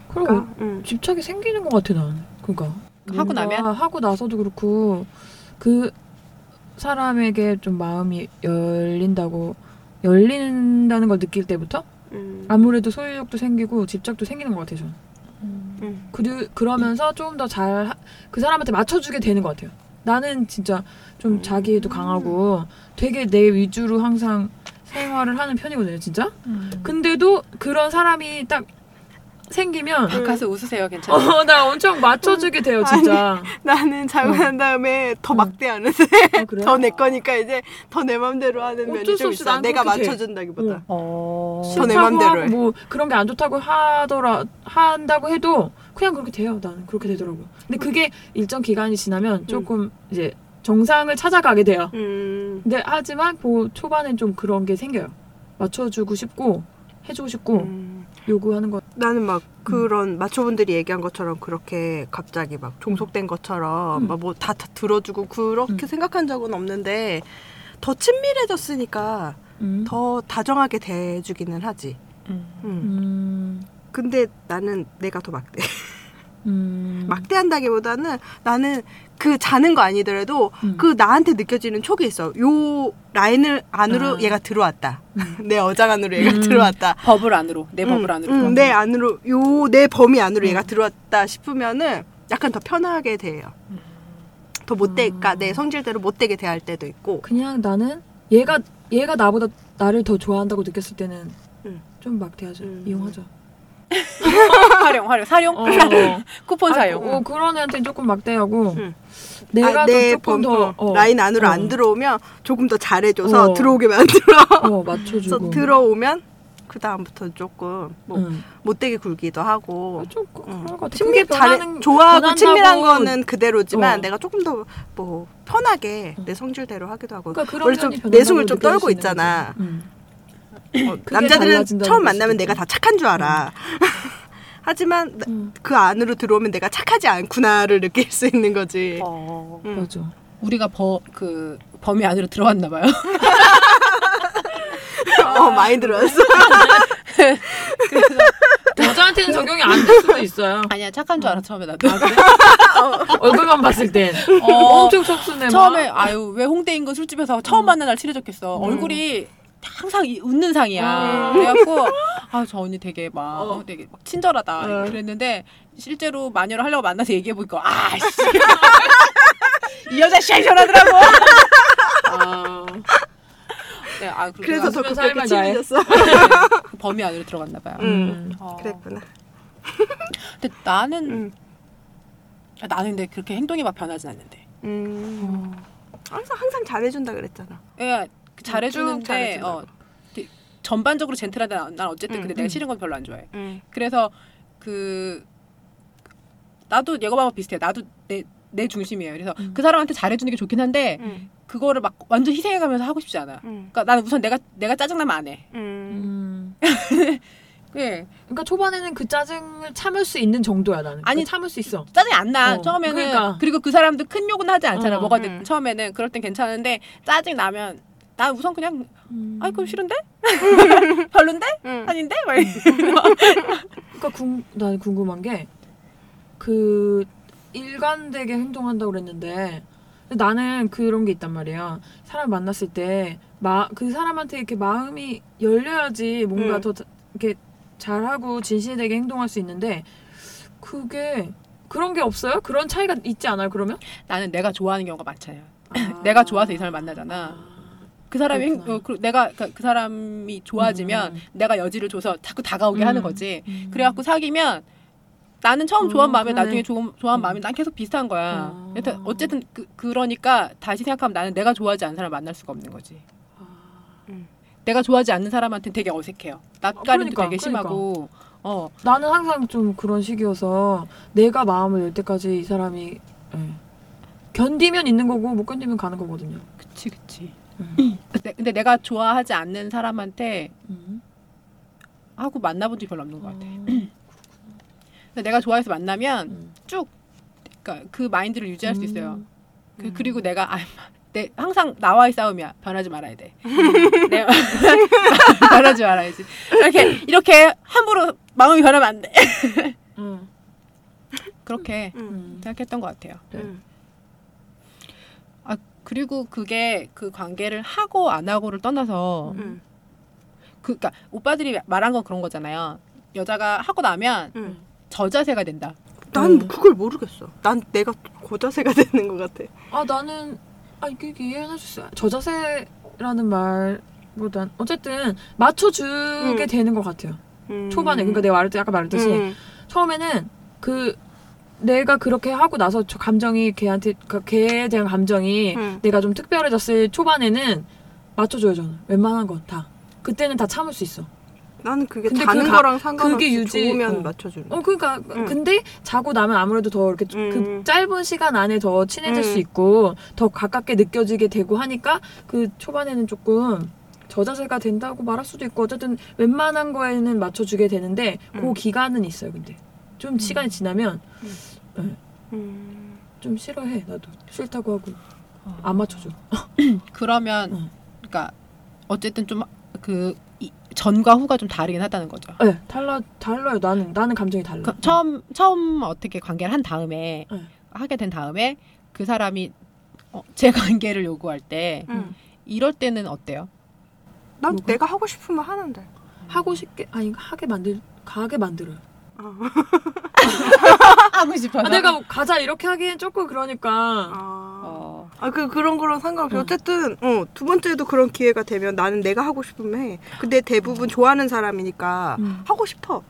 Speaker 3: 그리고
Speaker 1: 그러니까, 음.
Speaker 3: 어, 집착이 생기는 것 같아 나는. 그러니까
Speaker 2: 하고
Speaker 3: 뭔가
Speaker 2: 나면?
Speaker 3: 하고 나서도 그렇고 그 사람에게 좀 마음이 열린다고 열린다는 걸 느낄 때부터
Speaker 1: 음.
Speaker 3: 아무래도 소유욕도 생기고 집착도 생기는 것 같아요. 저는.
Speaker 1: 음.
Speaker 3: 그 그러면서 좀 더 잘 그 사람한테 맞춰주게 되는 것
Speaker 1: 음.
Speaker 3: 같아요. 나는 진짜 좀 자기도 강하고 되게 내 위주로 항상 생활을 하는 편이거든요, 진짜. 근데도 그런 사람이 딱 생기면
Speaker 1: 그
Speaker 2: 가서 웃으세요. 괜찮아요.
Speaker 3: 어, 나 엄청 맞춰주게 돼요, 진짜.
Speaker 1: 나는 자고
Speaker 3: 응.
Speaker 1: 난 다음에 더 막대하는
Speaker 3: 어, 그래요?
Speaker 1: 더 내 거니까 이제 더 내 맘대로 하는 면이
Speaker 3: 어쩔 수
Speaker 1: 좀
Speaker 3: 없이
Speaker 1: 있어.
Speaker 3: 난
Speaker 1: 내가
Speaker 3: 그렇게 돼.
Speaker 1: 맞춰준다기보다.
Speaker 3: 응.
Speaker 2: 어.
Speaker 1: 저 내
Speaker 3: 싫다고
Speaker 1: 맘대로
Speaker 3: 하고
Speaker 1: 해.
Speaker 3: 뭐 그런 게 안 좋다고 하더라 한다고 해도 그냥 그렇게 돼요. 나는 그렇게 되더라고. 근데 그게 일정 기간이 지나면 조금 이제 정상을 찾아가게 돼요.
Speaker 1: 음.
Speaker 3: 근데 하지만 그 초반엔 좀 그런 게 생겨요. 맞춰주고 싶고 해주고 싶고
Speaker 1: 음.
Speaker 3: 요구하는 거.
Speaker 1: 나는 막
Speaker 3: 음.
Speaker 1: 그런 마초분들이 얘기한 것처럼 그렇게 갑자기 막 종속된 것처럼
Speaker 3: 음.
Speaker 1: 막 뭐 다 들어주고 그렇게
Speaker 3: 음.
Speaker 1: 생각한 적은 없는데 더 친밀해졌으니까
Speaker 3: 음.
Speaker 1: 더 다정하게 대해주기는 하지. 음.
Speaker 3: 음.
Speaker 1: 근데 나는 내가 더 막대.
Speaker 3: 음.
Speaker 1: 막대한다기보다는 나는 그 자는 거 아니더라도
Speaker 3: 음.
Speaker 1: 그 나한테 느껴지는 촉이 있어. 요 라인을 안으로
Speaker 3: 아.
Speaker 1: 얘가 들어왔다. 내 어장 안으로 얘가
Speaker 3: 음.
Speaker 1: 들어왔다.
Speaker 2: 버블 안으로 내
Speaker 1: 음,
Speaker 2: 버블 안으로.
Speaker 1: 음, 내 안으로 요 내 범위 안으로
Speaker 3: 음.
Speaker 1: 얘가 들어왔다 싶으면은 약간 더 편하게 대해요. 더
Speaker 3: 아.
Speaker 1: 못대, 그러니까 내 성질대로 못되게 대할 때도 있고.
Speaker 3: 그냥 나는 얘가 얘가 나보다 나를 더 좋아한다고 느꼈을 때는
Speaker 1: 음.
Speaker 3: 좀 막대하죠.
Speaker 1: 음.
Speaker 3: 이용하죠.
Speaker 2: 활용 활용 사용
Speaker 3: 어, 어.
Speaker 2: 쿠폰
Speaker 3: 아니,
Speaker 2: 사용.
Speaker 3: 어, 그런 애한테 조금 막대하고
Speaker 1: 응.
Speaker 3: 내가
Speaker 1: 아,
Speaker 3: 좀
Speaker 1: 내
Speaker 3: 조금
Speaker 1: 범,
Speaker 3: 더 어,
Speaker 1: 라인 안으로
Speaker 3: 어.
Speaker 1: 안 들어오면 조금 더 잘해줘서
Speaker 3: 어.
Speaker 1: 들어오게 만들어.
Speaker 3: 어,
Speaker 1: 그래서
Speaker 3: 맞춰주고
Speaker 1: 들어오면 그 다음부터 조금 뭐
Speaker 3: 응.
Speaker 1: 못되게 굴기도 하고.
Speaker 3: 어, 좀 그- 그런 것 같아.
Speaker 1: 친밀
Speaker 3: 그게
Speaker 1: 잘해
Speaker 3: 변하는-
Speaker 1: 좋아하고
Speaker 3: 변한다고-
Speaker 1: 친밀한 거는 그대로지만
Speaker 3: 어.
Speaker 1: 내가 조금 더 뭐 편하게
Speaker 3: 어.
Speaker 1: 내 성질대로 하기도 하고
Speaker 3: 그러니까 그런
Speaker 1: 원래
Speaker 3: 면이
Speaker 1: 좀
Speaker 3: 변한다고
Speaker 1: 내숭을
Speaker 3: 느껴지시는
Speaker 1: 좀
Speaker 3: 음.
Speaker 1: 떨고
Speaker 3: 거지.
Speaker 1: 있잖아.
Speaker 3: 응.
Speaker 1: 어,
Speaker 3: 그게
Speaker 1: 남자들은
Speaker 3: 달라진다는 걸
Speaker 1: 처음 만나면
Speaker 3: 수도 음.
Speaker 1: 내가 다 착한 줄 알아. 하지만 나-
Speaker 3: 응.
Speaker 1: 그 안으로 들어오면 내가 착하지 않구나를 느낄 수 있는 거지.
Speaker 2: 어.
Speaker 1: 음.
Speaker 3: 맞아.
Speaker 2: 우리가 버 그 범위 안으로 들어왔나 봐요.
Speaker 1: 어, 많이 들어왔어.
Speaker 3: 음. 여자한테는 적용이 안 될 수도 있어요.
Speaker 2: 아니야 착한 줄 알아 처음에 나도.
Speaker 3: 얼굴만 봤을 땐
Speaker 2: 어.
Speaker 3: 엄청 척수네. 막.
Speaker 2: 처음에 아유 왜 홍대인 건 술집에서 뭐. 처음 만난 날 친해졌겠어. 얼굴이 항상 이- 웃는
Speaker 3: 음.
Speaker 2: 상이야. 그래갖고 아 저 언니 되게 막
Speaker 3: 어.
Speaker 2: 되게 막 친절하다
Speaker 3: 음.
Speaker 2: 그랬는데 실제로 마녀를 하려고 만나서 얘기해 보니까 아씨 이 여자 샤이셔라더라고.
Speaker 3: 아.
Speaker 2: 네, 아 그리고
Speaker 1: 그래서 더
Speaker 3: 웃으면서
Speaker 1: 그렇게
Speaker 3: 할말 다해.
Speaker 1: 친해졌어.
Speaker 2: 네, 범위 안으로 들어갔나 봐요.
Speaker 1: 음.
Speaker 2: 어.
Speaker 1: 그랬구나.
Speaker 2: 근데 나는
Speaker 1: 음.
Speaker 2: 아, 나는 근데 그렇게 행동이 막 변하진 않는데.
Speaker 1: 음. 항상 항상 잘해준다 그랬잖아.
Speaker 3: 음,
Speaker 2: 예,
Speaker 1: 쭉
Speaker 2: 잘해주는데
Speaker 1: 잘해준다고.
Speaker 2: 어, 이렇게 전반적으로 젠틀한데 난, 난 어쨌든
Speaker 1: 음,
Speaker 2: 근데 내가
Speaker 3: 음.
Speaker 2: 싫은 건 별로 안 좋아해.
Speaker 1: 음.
Speaker 2: 그래서 그 나도 예거방법 비슷해. 나도 내, 내 중심이에요. 그래서
Speaker 3: 음.
Speaker 2: 그 사람한테 잘해주는 게 좋긴 한데
Speaker 1: 음.
Speaker 2: 그거를 막 완전 희생해가면서 하고 싶지 않아.
Speaker 1: 음.
Speaker 2: 그러니까 나는 우선 내가 내가 짜증나면 안 해.
Speaker 1: 음.
Speaker 3: 음.
Speaker 2: 예,
Speaker 3: 그러니까 초반에는 그 짜증을 참을 수 있는 정도야 나는.
Speaker 2: 아니,
Speaker 3: 아니 참을 수 있어.
Speaker 2: 짜증이 안 나.
Speaker 3: 어,
Speaker 2: 처음에는
Speaker 3: 그러니까.
Speaker 2: 그리고 그 사람도 큰 욕은 하지 않잖아.
Speaker 3: 어,
Speaker 2: 뭐가 됐
Speaker 1: 음.
Speaker 2: 처음에는 그럴 땐 괜찮은데 짜증 나면 나 우선 그냥 아이 그럼 싫은데 별론데
Speaker 1: 음.
Speaker 2: 아닌데 막 이래.
Speaker 3: 그러니까 궁, 난 궁금한 게 그 일관되게 행동한다고 그랬는데 근데 나는 그런 게 있단 말이야. 사람 만났을 때 그 사람한테 이렇게 마음이 열려야지 뭔가
Speaker 1: 음.
Speaker 3: 더 자- 이렇게 잘하고 진실되게 행동할 수 있는데 그게 그런 게 없어요? 그런 차이가 있지 않아요? 그러면
Speaker 2: 나는 내가 좋아하는 경우가 많잖아요.
Speaker 3: 아.
Speaker 2: 내가 좋아서 이 사람을 만나잖아.
Speaker 3: 아.
Speaker 2: 그 사람이 행,
Speaker 3: 그렇구나.
Speaker 2: 어, 그, 내가 그, 그 사람이 좋아지면
Speaker 3: 음.
Speaker 2: 내가 여지를 줘서 자꾸 다가오게
Speaker 3: 음.
Speaker 2: 하는 거지.
Speaker 3: 음.
Speaker 2: 그래갖고 사귀면 나는 처음
Speaker 3: 어,
Speaker 2: 좋아한 마음에
Speaker 3: 그러네.
Speaker 2: 나중에 좋은 좋아한
Speaker 3: 음.
Speaker 2: 마음이 난 계속 비슷한 거야.
Speaker 3: 어.
Speaker 2: 여튼 어쨌든 그, 그러니까 다시 생각하면 나는 내가 좋아하지 않는 사람 만날 수가 없는 거지.
Speaker 3: 아.
Speaker 2: 내가 좋아하지 않는 사람한테는 되게 어색해요. 낯가림도
Speaker 3: 그러니까,
Speaker 2: 되게 심하고. 어
Speaker 3: 나는 항상 좀 그런 식이어서 내가 마음을 열 때까지 이 사람이 예. 견디면 있는 거고 못 견디면 가는 거거든요.
Speaker 2: 그치 그치.
Speaker 3: 음.
Speaker 2: 근데, 근데 내가 좋아하지 않는 사람한테
Speaker 3: 음.
Speaker 2: 하고 만나본 적이 별로 없는 것 같아.
Speaker 3: 음.
Speaker 2: 근데 내가 좋아해서 만나면
Speaker 3: 음.
Speaker 2: 그러니까 그 마인드를 유지할 수 있어요. 그, 그리고 내가 아, 내 항상 나와의 싸움이야. 변하지 말아야 돼. 내 마음- 변하지 말아야지. 이렇게 이렇게 함부로 마음이 변하면 안 돼.
Speaker 3: 음.
Speaker 2: 그렇게
Speaker 1: 음.
Speaker 3: 음.
Speaker 2: 생각했던 것 같아요.
Speaker 3: 네.
Speaker 1: 음.
Speaker 2: 아 그리고 그게 그 관계를 하고 안 하고를 떠나서
Speaker 1: 음.
Speaker 2: 그 그러니까 오빠들이 말한 건 그런 거잖아요. 여자가 하고 나면
Speaker 1: 음.
Speaker 2: 저자세가 된다.
Speaker 1: 난
Speaker 3: 음.
Speaker 1: 그걸 모르겠어. 난 내가 고자세가 되는 것 같아.
Speaker 3: 아 나는 아 이게 이해해주세요. 저자세라는 말 뭐난 어쨌든 맞춰주게
Speaker 1: 음.
Speaker 3: 되는 것 같아요.
Speaker 1: 음.
Speaker 3: 초반에 그러니까 내가 말했듯 아까 말했듯이
Speaker 1: 음.
Speaker 3: 처음에는 그 내가 그렇게 하고 나서 저 감정이 걔한테 그 걔에 대한 감정이
Speaker 1: 음.
Speaker 3: 내가 좀 특별해졌을 초반에는 맞춰줘요 저는 웬만한 건 다. 그때는 다 참을 수 있어.
Speaker 1: 나는 그게
Speaker 3: 근데
Speaker 1: 자는
Speaker 3: 그 가-
Speaker 1: 거랑 상관없이
Speaker 3: 그게 유지-
Speaker 1: 좋으면
Speaker 3: 어.
Speaker 1: 맞춰주는 거.
Speaker 3: 어 그러니까
Speaker 1: 음.
Speaker 3: 근데 자고 나면 아무래도 더 이렇게
Speaker 1: 음.
Speaker 3: 그 짧은 시간 안에 더 친해질
Speaker 1: 음.
Speaker 3: 수 있고 더 가깝게 느껴지게 되고 하니까 그 초반에는 조금 저자세가 된다고 말할 수도 있고 어쨌든 웬만한 거에는 맞춰주게 되는데 그
Speaker 1: 음.
Speaker 3: 기간은 있어요 근데 좀 시간이 지나면
Speaker 1: 음.
Speaker 3: 좀 싫어해 나도 싫다고 하고
Speaker 2: 어.
Speaker 3: 안 맞춰줘
Speaker 2: 그러면
Speaker 3: 응.
Speaker 2: 그러니까 어쨌든 좀 그 전과 후가 좀 다르긴 하다는 거죠.
Speaker 3: 예 달라 달라요 나는 나는 감정이 달라
Speaker 2: 그 처음 네. 처음 어떻게 관계를 한 다음에
Speaker 3: 응.
Speaker 2: 하게 된 다음에 그 사람이 어, 제 관계를 요구할 때
Speaker 1: 음.
Speaker 2: 이럴 때는 어때요?
Speaker 1: 난
Speaker 3: 뭐가?
Speaker 1: 내가 하고 싶으면 하는데.
Speaker 3: 하고 싶게 아니 하게 만들 가게 만들어요
Speaker 1: 어.
Speaker 2: 하고 싶어.
Speaker 3: 아, 내가 뭐 가자 이렇게 하기엔 조금 그러니까
Speaker 1: 아.
Speaker 2: 어.
Speaker 1: 아, 그, 그런 거랑 상관없이.
Speaker 3: 어.
Speaker 1: 어쨌든, 어, 두 번째도 그런 기회가 되면 나는 내가 하고 싶으면 해. 근데 대부분 좋아하는 사람이니까
Speaker 3: 음.
Speaker 1: 하고 싶어.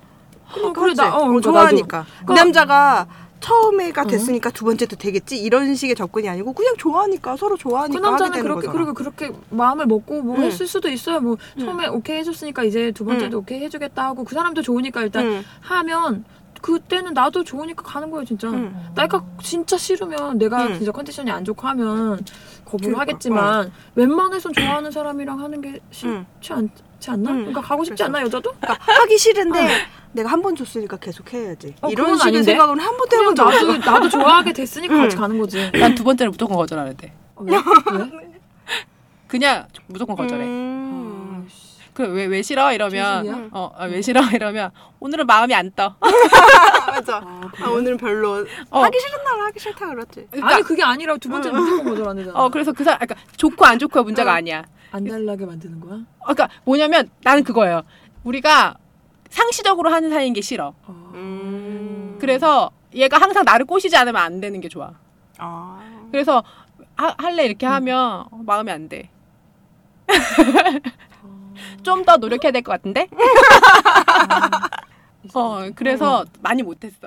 Speaker 1: 그러니까
Speaker 3: 그래, 나-
Speaker 1: 하지.
Speaker 3: 어, 그러니까
Speaker 1: 좋아하니까. 그
Speaker 3: 그러니까-
Speaker 1: 남자가 처음에가
Speaker 3: 어.
Speaker 1: 됐으니까 두 번째도 되겠지? 이런 식의 접근이 아니고 그냥 좋아하니까, 서로
Speaker 3: 그
Speaker 1: 좋아하니까 하게
Speaker 3: 남자는
Speaker 1: 되는
Speaker 3: 그렇게
Speaker 1: 거잖아.
Speaker 3: 그리고 그렇게 마음을 먹고 뭐
Speaker 1: 응.
Speaker 3: 했을 수도 있어요. 뭐 처음에 오케이 해줬으니까 이제 두 번째도 오케이 해주겠다 하고 그 사람도 좋으니까 일단
Speaker 1: 응.
Speaker 3: 하면 그때는 나도 좋으니까 가는 거예요 진짜.
Speaker 1: 응.
Speaker 3: 내가 진짜 싫으면 내가
Speaker 1: 응.
Speaker 3: 진짜 컨디션이 안 좋고 하면 거부를
Speaker 1: 그러니까,
Speaker 3: 하겠지만 웬만해선 좋아하는 사람이랑 하는 게
Speaker 1: 응.
Speaker 3: 싫지 않지 않나?
Speaker 1: 응.
Speaker 3: 그러니까 가고 싶지
Speaker 1: 음. 그래서.
Speaker 3: 않나 여자도?
Speaker 1: 그러니까 하기 싫은데 내가 한 번 줬으니까 계속 해야지.
Speaker 3: 음. 어,
Speaker 1: 이런
Speaker 3: 그건
Speaker 1: 식의
Speaker 3: 아닌데?
Speaker 1: 생각은 한 번도
Speaker 3: 그냥
Speaker 1: 해본 적 없어.
Speaker 3: 나도 나도 좋아하게 됐으니까
Speaker 1: 응.
Speaker 3: 같이 가는 거지.
Speaker 2: 난 두 번째를 무조건 거절하는데.
Speaker 3: 어, 왜? 왜?
Speaker 2: 그냥 무조건 거절해.
Speaker 1: 음.
Speaker 3: 아이씨.
Speaker 2: 그래 왜 왜 싫어
Speaker 3: 죄송해요.
Speaker 2: 이러면
Speaker 1: 음.
Speaker 2: 어 왜 싫어 이러면 오늘은 마음이 안 떠.
Speaker 1: 맞아.
Speaker 3: 아, 그래요?
Speaker 1: 아, 오늘은 별로.
Speaker 2: 어.
Speaker 1: 하기 싫은 날 하기 싫다 그랬지.
Speaker 2: 그러니까
Speaker 3: 아니 그게 아니라 두 번째는 무조건 거절하는
Speaker 2: 어 그래서 그 사람 그러니까 좋고 안 좋고가 문제가
Speaker 1: 응.
Speaker 2: 아니야.
Speaker 3: 안 달라게 만드는 거야?
Speaker 2: 어, 그러니까 뭐냐면 나는 그거예요. 우리가 상시적으로 하는 사이인 게 싫어.
Speaker 3: 어.
Speaker 1: 음.
Speaker 2: 그래서 얘가 항상 나를 꼬시지 않으면 안 되는 게 좋아.
Speaker 1: 아.
Speaker 2: 그래서 하, 할래 이렇게 하면 어, 마음이 안 돼. 좀 더 노력해야 될 것 같은데? 어, 그래서 많이 못했어.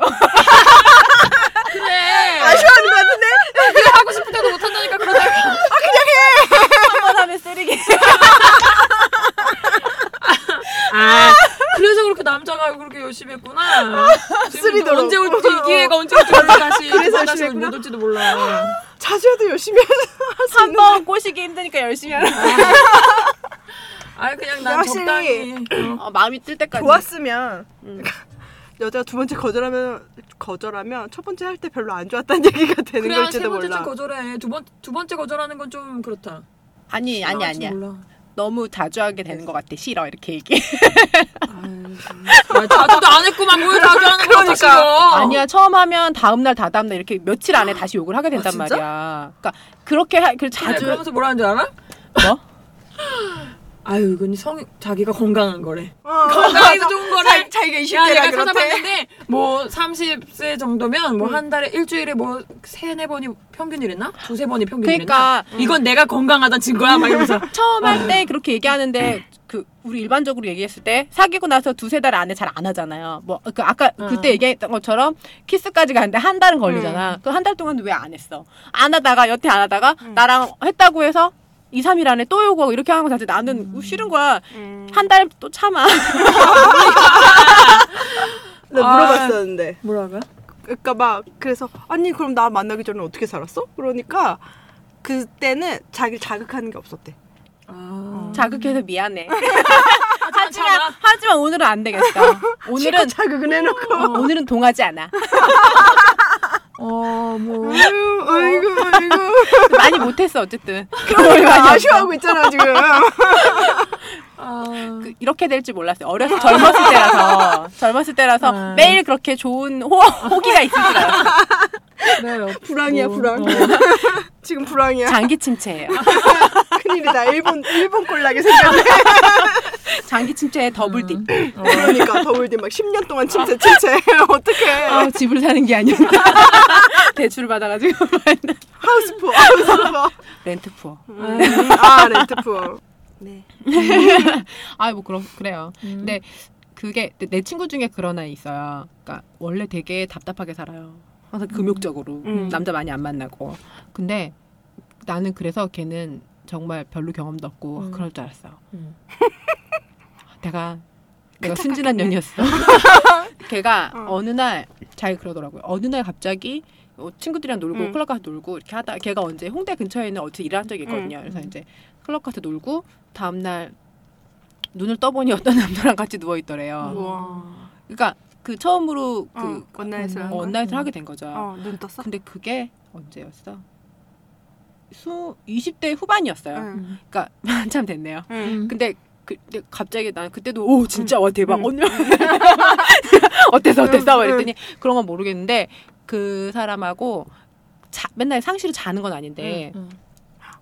Speaker 1: 아쉬워하는 것 같은데?
Speaker 3: 하고 싶을 때도 못 한다니까 그러다가
Speaker 2: 한 번 하면 쓰레기.
Speaker 3: 아 그래서 그렇게 남자가 그렇게 열심히 했구나 지금
Speaker 1: 쓰리도록.
Speaker 3: 언제 올지 이 기회가 언제 올지 몰라 다시
Speaker 1: 그래서
Speaker 3: 그래서 다시
Speaker 1: 열심히
Speaker 3: 못 올지도 몰라
Speaker 1: 자주 해도 열심히 할수
Speaker 2: 한
Speaker 1: 있는.
Speaker 2: 번 꼬시기 힘드니까 열심히 하라.
Speaker 3: 아 그냥 난
Speaker 1: 역시.
Speaker 3: 적당히 어.
Speaker 2: 어, 마음이 뜰 때까지.
Speaker 1: 좋았으면.
Speaker 2: 음.
Speaker 1: 여자가 두 번째 거절하면 거절하면 첫 번째 할 때 별로 안 좋았다는 얘기가 되는
Speaker 3: 그래 한세
Speaker 1: 걸지도
Speaker 3: 번째쯤
Speaker 1: 몰라.
Speaker 3: 거절해 두, 번, 두 번째 거절하는 건 좀 그렇다
Speaker 2: 아니, 아니, 아니야.
Speaker 3: 몰라.
Speaker 2: 너무 자주 하게 되는 것 같아. 싫어. 이렇게 얘기해.
Speaker 3: 아유, 정말. 아, 자주도 안 했구만 뭘 자주 하는 거야
Speaker 1: 그러니까.
Speaker 2: 아니야 처음 하면 다음 날 다다음 날 이렇게 며칠
Speaker 3: 아,
Speaker 2: 안에 다시 욕을 하게 된단
Speaker 1: 진짜?
Speaker 2: 말이야. 그러니까 그렇게 하, 그
Speaker 3: 자주
Speaker 2: 자주
Speaker 3: 네, 그러면서 뭐라는 줄 알아?
Speaker 2: 뭐?
Speaker 3: 아유 이건 성 자기가 건강한 거래
Speaker 1: 어,
Speaker 3: 건강에도 좋은 거래.
Speaker 1: 자, 자기가 이
Speaker 3: 야,
Speaker 1: 0대라
Speaker 3: 내가
Speaker 1: 그렇대.
Speaker 3: 찾아봤는데 뭐 30세 정도면 뭐 한 달에 일주일에 뭐 세네 번이 평균이랬나? 두세 번이 평균이랬나?
Speaker 2: 그러니까
Speaker 3: 이건 내가 건강하다 증거야 막 이러면서
Speaker 2: 처음
Speaker 3: 아.
Speaker 2: 할 때 그렇게 얘기하는데 그 우리 일반적으로 얘기했을 때 사귀고 나서 두세 달 안에 잘 안 하잖아요. 뭐 그 아까 그때
Speaker 3: 음.
Speaker 2: 얘기했던 것처럼 키스까지 가는데 한 달은 걸리잖아. 그 한 달 동안 왜 안 했어? 안 하다가 여태 안 하다가
Speaker 3: 음.
Speaker 2: 나랑 했다고 해서 2, 3일 안에 또 요구하고 이렇게 하는 거
Speaker 3: 음.
Speaker 2: 자체 나는 싫은 거야. 한 달 또 참아.
Speaker 1: 나
Speaker 3: 아.
Speaker 1: 물어봤었는데.
Speaker 3: 뭐라고요?
Speaker 1: 그러니까 막 그래서 아니 그럼 나 만나기 전에 어떻게 살았어? 그러니까 그때는 자기를 자극하는 게 없었대.
Speaker 3: 아,
Speaker 2: 자극해서 미안해.
Speaker 1: 아,
Speaker 3: 하지만
Speaker 2: 하지만, 하지만 오늘은 안 되겠어. 오늘은
Speaker 1: 자극은 해놓고.
Speaker 2: 어, 오늘은 동하지 않아.
Speaker 3: 어뭐
Speaker 1: 아유, 아이고, 아이고.
Speaker 2: 많이 못했어 어쨌든.
Speaker 1: 그러니까 아쉬워하고 있잖아 지금.
Speaker 3: 아,
Speaker 2: 그- 이렇게 될 줄 몰랐어요. 어려서 젊었을 때라서 젊었을 때라서
Speaker 3: 아.
Speaker 2: 매일 그렇게 좋은 호, 호기가 있을 줄 알았어.
Speaker 3: 그래요 어,
Speaker 2: 어.
Speaker 1: 불황이야, 불황. 지금 불황이야.
Speaker 2: 장기 침체예요.
Speaker 1: 큰일이다. 일본 일본 꼴나게 생겼네.
Speaker 2: 장기 침체에 더블 딥.
Speaker 1: 그러니까 더블디 막 10년 동안 침체 침체. 어떡해.
Speaker 2: 아, 집을 사는 게 아니었다. 대출을 받아가지고
Speaker 1: 하우스푸어. 하우스푸어. 네.
Speaker 2: 렌트 푸어.
Speaker 1: 아, 렌트푸어. 네.
Speaker 2: 아뭐 그럼 그래요.
Speaker 3: 음.
Speaker 2: 네. 그게 내- 내 친구 중에 그런 애 있어요. 그러니까 원래 되게 답답하게 살아요. 항상 금욕적으로
Speaker 1: 음.
Speaker 2: 남자 많이 안 만나고. 근데 나는 그래서 걔는 정말 별로 경험도 없고
Speaker 3: 음.
Speaker 2: 그럴 줄 알았어.
Speaker 3: 음.
Speaker 2: 내가 내가 순진한 년이었어. 걔가
Speaker 1: 어.
Speaker 2: 어. 느 날 잘 그러더라고요. 어느 날 갑자기 어, 친구들이랑 놀고
Speaker 1: 음.
Speaker 2: 클럽 가서 놀고 이렇게 하다 걔가 언제 홍대 근처에 있는 어디서 일한 을 적이 있거든요. 그래서
Speaker 3: 음.
Speaker 2: 이제 클럽 가서 놀고 다음 날 눈을 떠보니 어떤 남자랑 같이 누워
Speaker 3: 아.
Speaker 2: 있더래요.
Speaker 1: 우와.
Speaker 2: 그러니까 그 처음으로 그
Speaker 1: 뭐. 어, 원나잇을 한
Speaker 2: 어,
Speaker 1: 거야?
Speaker 2: 원나잇을
Speaker 3: 음.
Speaker 2: 하게 된 거죠.
Speaker 1: 어, 눈 떴어?
Speaker 2: 근데 그게 언제였어? 수 20대 후반이었어요.
Speaker 3: 음.
Speaker 1: 응.
Speaker 2: 그러니까 한참 됐네요.
Speaker 1: 응.
Speaker 2: 근데 그, 근데 갑자기 난 그때도 오 진짜 와 대박
Speaker 1: 음.
Speaker 2: 오늘 어땠어 어땠어
Speaker 1: 음,
Speaker 2: 그랬더니 그런 건 모르겠는데 그 사람하고 자, 맨날 상시로 자는 건 아닌데
Speaker 3: 음.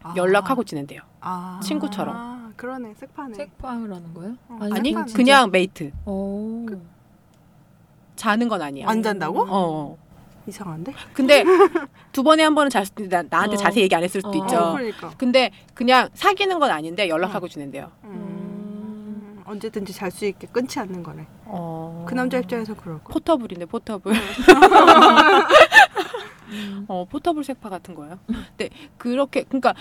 Speaker 1: 아.
Speaker 2: 연락하고 지낸대요.
Speaker 1: 아.
Speaker 2: 친구처럼.
Speaker 1: 아, 그러네. 색파네.
Speaker 3: 색파라는 거예요?
Speaker 1: 어.
Speaker 2: 아니
Speaker 1: 약간
Speaker 2: 그냥 메이트
Speaker 3: 오.
Speaker 2: 자는 건 아니야.
Speaker 1: 안 잔다고?
Speaker 2: 어, 어.
Speaker 1: 이상한데?
Speaker 2: 근데 두 번에 한 번은 잘 수도 있는데 나- 나한테
Speaker 3: 어.
Speaker 2: 자세히 얘기 안 했을 수도
Speaker 3: 어.
Speaker 2: 있죠.
Speaker 1: 어, 그러니까.
Speaker 2: 근데 그냥 사귀는 건 아닌데 연락하고 지낸대요.
Speaker 1: 음. 언제든지 잘 수 있게 끊지 않는 거네.
Speaker 2: 어...
Speaker 1: 그 남자 입장에서 그럴 거.
Speaker 2: 포터블인데 포터블. 어 포터블 색파 같은 거예요. 근데 그렇게 그러니까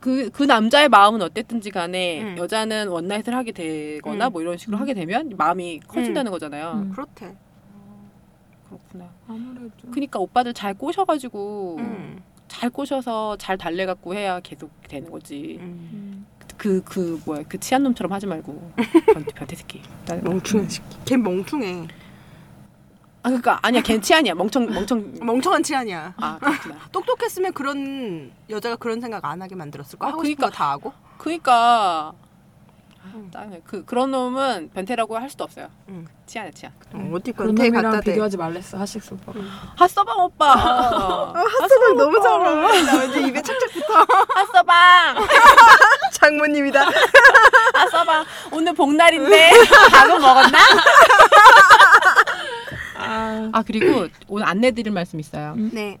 Speaker 2: 그 그 남자의 마음은 어쨌든지 간에
Speaker 1: 음.
Speaker 2: 여자는 원나잇을 하게 되거나
Speaker 1: 음.
Speaker 2: 뭐 이런 식으로
Speaker 3: 음.
Speaker 2: 하게 되면 마음이 커진다는 거잖아요.
Speaker 3: 음.
Speaker 1: 그렇대.
Speaker 2: 그렇구나.
Speaker 3: 아무래도.
Speaker 2: 그러니까 오빠들 잘 꼬셔가지고
Speaker 1: 음.
Speaker 2: 잘 꼬셔서 잘 달래갖고 해야 계속 되는 거지.
Speaker 1: 음.
Speaker 3: 음.
Speaker 2: 그 그 뭐야 그 치한 놈처럼 하지 말고 변태, 변태 새끼. 나-
Speaker 1: 멍충한 새끼. 걘 멍충해.
Speaker 2: 아 그러니까 아니야 걔 치안이야 멍청 멍청
Speaker 1: 멍청한 치아니야.
Speaker 2: 아 그렇구나
Speaker 1: 똑똑했으면 그런 여자가 그런 생각 안 하게 만들었을 거.
Speaker 2: 아,
Speaker 1: 하고
Speaker 2: 그러니까.
Speaker 1: 싶은 거다 하고.
Speaker 2: 그러니까
Speaker 1: 음.
Speaker 2: 아, 그 그런 놈은 변태라고 할 수도 없어요
Speaker 1: 음.
Speaker 2: 치안이야 치안
Speaker 1: 어, 어디
Speaker 3: 그런
Speaker 1: 변태 갖다
Speaker 3: 놈이랑
Speaker 1: 대.
Speaker 3: 비교하지 말랬어 하식스 오빠.
Speaker 2: 핫서방 오빠
Speaker 1: 아, 핫소방 너무 잘 어울린다. 왠지 입에 착착
Speaker 2: 핫서방
Speaker 1: 장모님이다.
Speaker 2: 핫서방 오늘 복날인데 밥은 먹었나
Speaker 3: 아.
Speaker 2: 아 그리고 오늘 안내드릴 말씀 있어요
Speaker 1: 네.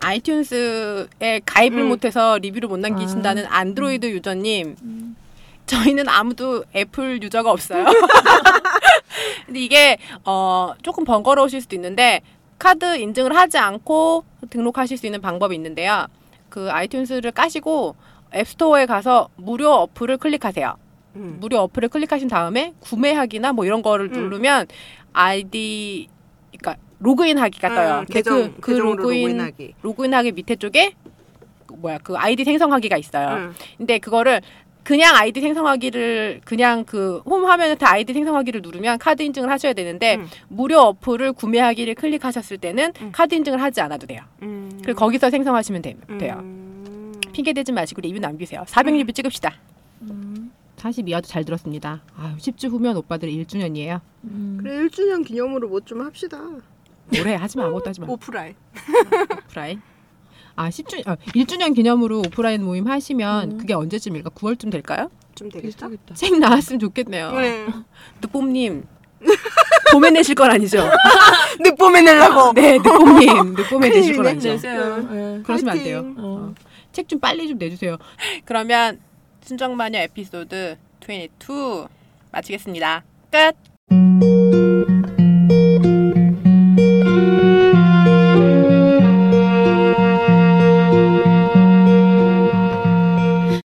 Speaker 2: 아이튠스에 가입을
Speaker 1: 음.
Speaker 2: 못해서 리뷰를 못 남기신다는 안드로이드 유저님 저희는 아무도 애플 유저가 없어요. 근데 이게 어 조금 번거로우실 수도 있는데 카드 인증을 하지 않고 등록하실 수 있는 방법이 있는데요. 그 아이튠스를 까시고 앱스토어에 가서 무료 어플을 클릭하세요.
Speaker 1: 음.
Speaker 2: 무료 어플을 클릭하신 다음에 구매하기나 뭐 이런 거를
Speaker 1: 음.
Speaker 2: 누르면 아이디 그러니까 로그인하기가 떠요.
Speaker 1: 음,
Speaker 2: 근데
Speaker 1: 계정
Speaker 2: 그, 그
Speaker 1: 계정으로
Speaker 2: 로그인
Speaker 1: 로그인하기.
Speaker 2: 로그인하기 밑에 쪽에 그 뭐야 그 아이디 생성하기가 있어요.
Speaker 1: 응.
Speaker 2: 근데 그거를 그냥 아이디 생성하기를 그냥 그 홈 화면에 다 아이디 생성하기를 누르면 카드 인증을 하셔야 되는데
Speaker 1: 음.
Speaker 2: 무료 어플을 구매하기를 클릭하셨을 때는
Speaker 1: 음.
Speaker 2: 카드 인증을 하지 않아도 돼요.
Speaker 1: 음.
Speaker 2: 그리고 거기서 생성하시면 돼, 돼요.
Speaker 1: 음.
Speaker 2: 핑계 대지 마시고 리뷰 남기세요. 400 리뷰 찍읍시다.
Speaker 3: 음.
Speaker 2: 42화도 잘 들었습니다. 아유, 10주 후면 오빠들 1주년이에요.
Speaker 3: 음.
Speaker 1: 그래 1주년 기념으로 뭐 좀 합시다.
Speaker 2: 올해 하지 마. 아무것도 하지 마.
Speaker 1: 오프라인.
Speaker 2: 오프라인. 아, 10주 아, 1주년 기념으로 오프라인 모임 하시면
Speaker 3: 음.
Speaker 2: 그게 언제쯤일까? 9월쯤 될까요?
Speaker 1: 좀 되겠다.
Speaker 3: 비슷하겠다.
Speaker 2: 책 나왔으면 좋겠네요.
Speaker 1: 네.
Speaker 2: 늑봄님 봄에 내실 건 아니죠?
Speaker 1: 늑보면 내려고.
Speaker 2: 네, 늑봄님 늑봄에
Speaker 1: 큰일
Speaker 2: 내실 건
Speaker 1: 났네.
Speaker 2: 아니죠?
Speaker 1: 음.
Speaker 3: 예.
Speaker 2: 그러시면 안
Speaker 1: 파이팅.
Speaker 2: 돼요.
Speaker 3: 어.
Speaker 2: 책 좀 빨리 좀 내주세요. 그러면 순정마녀 에피소드 22 마치겠습니다. 끝.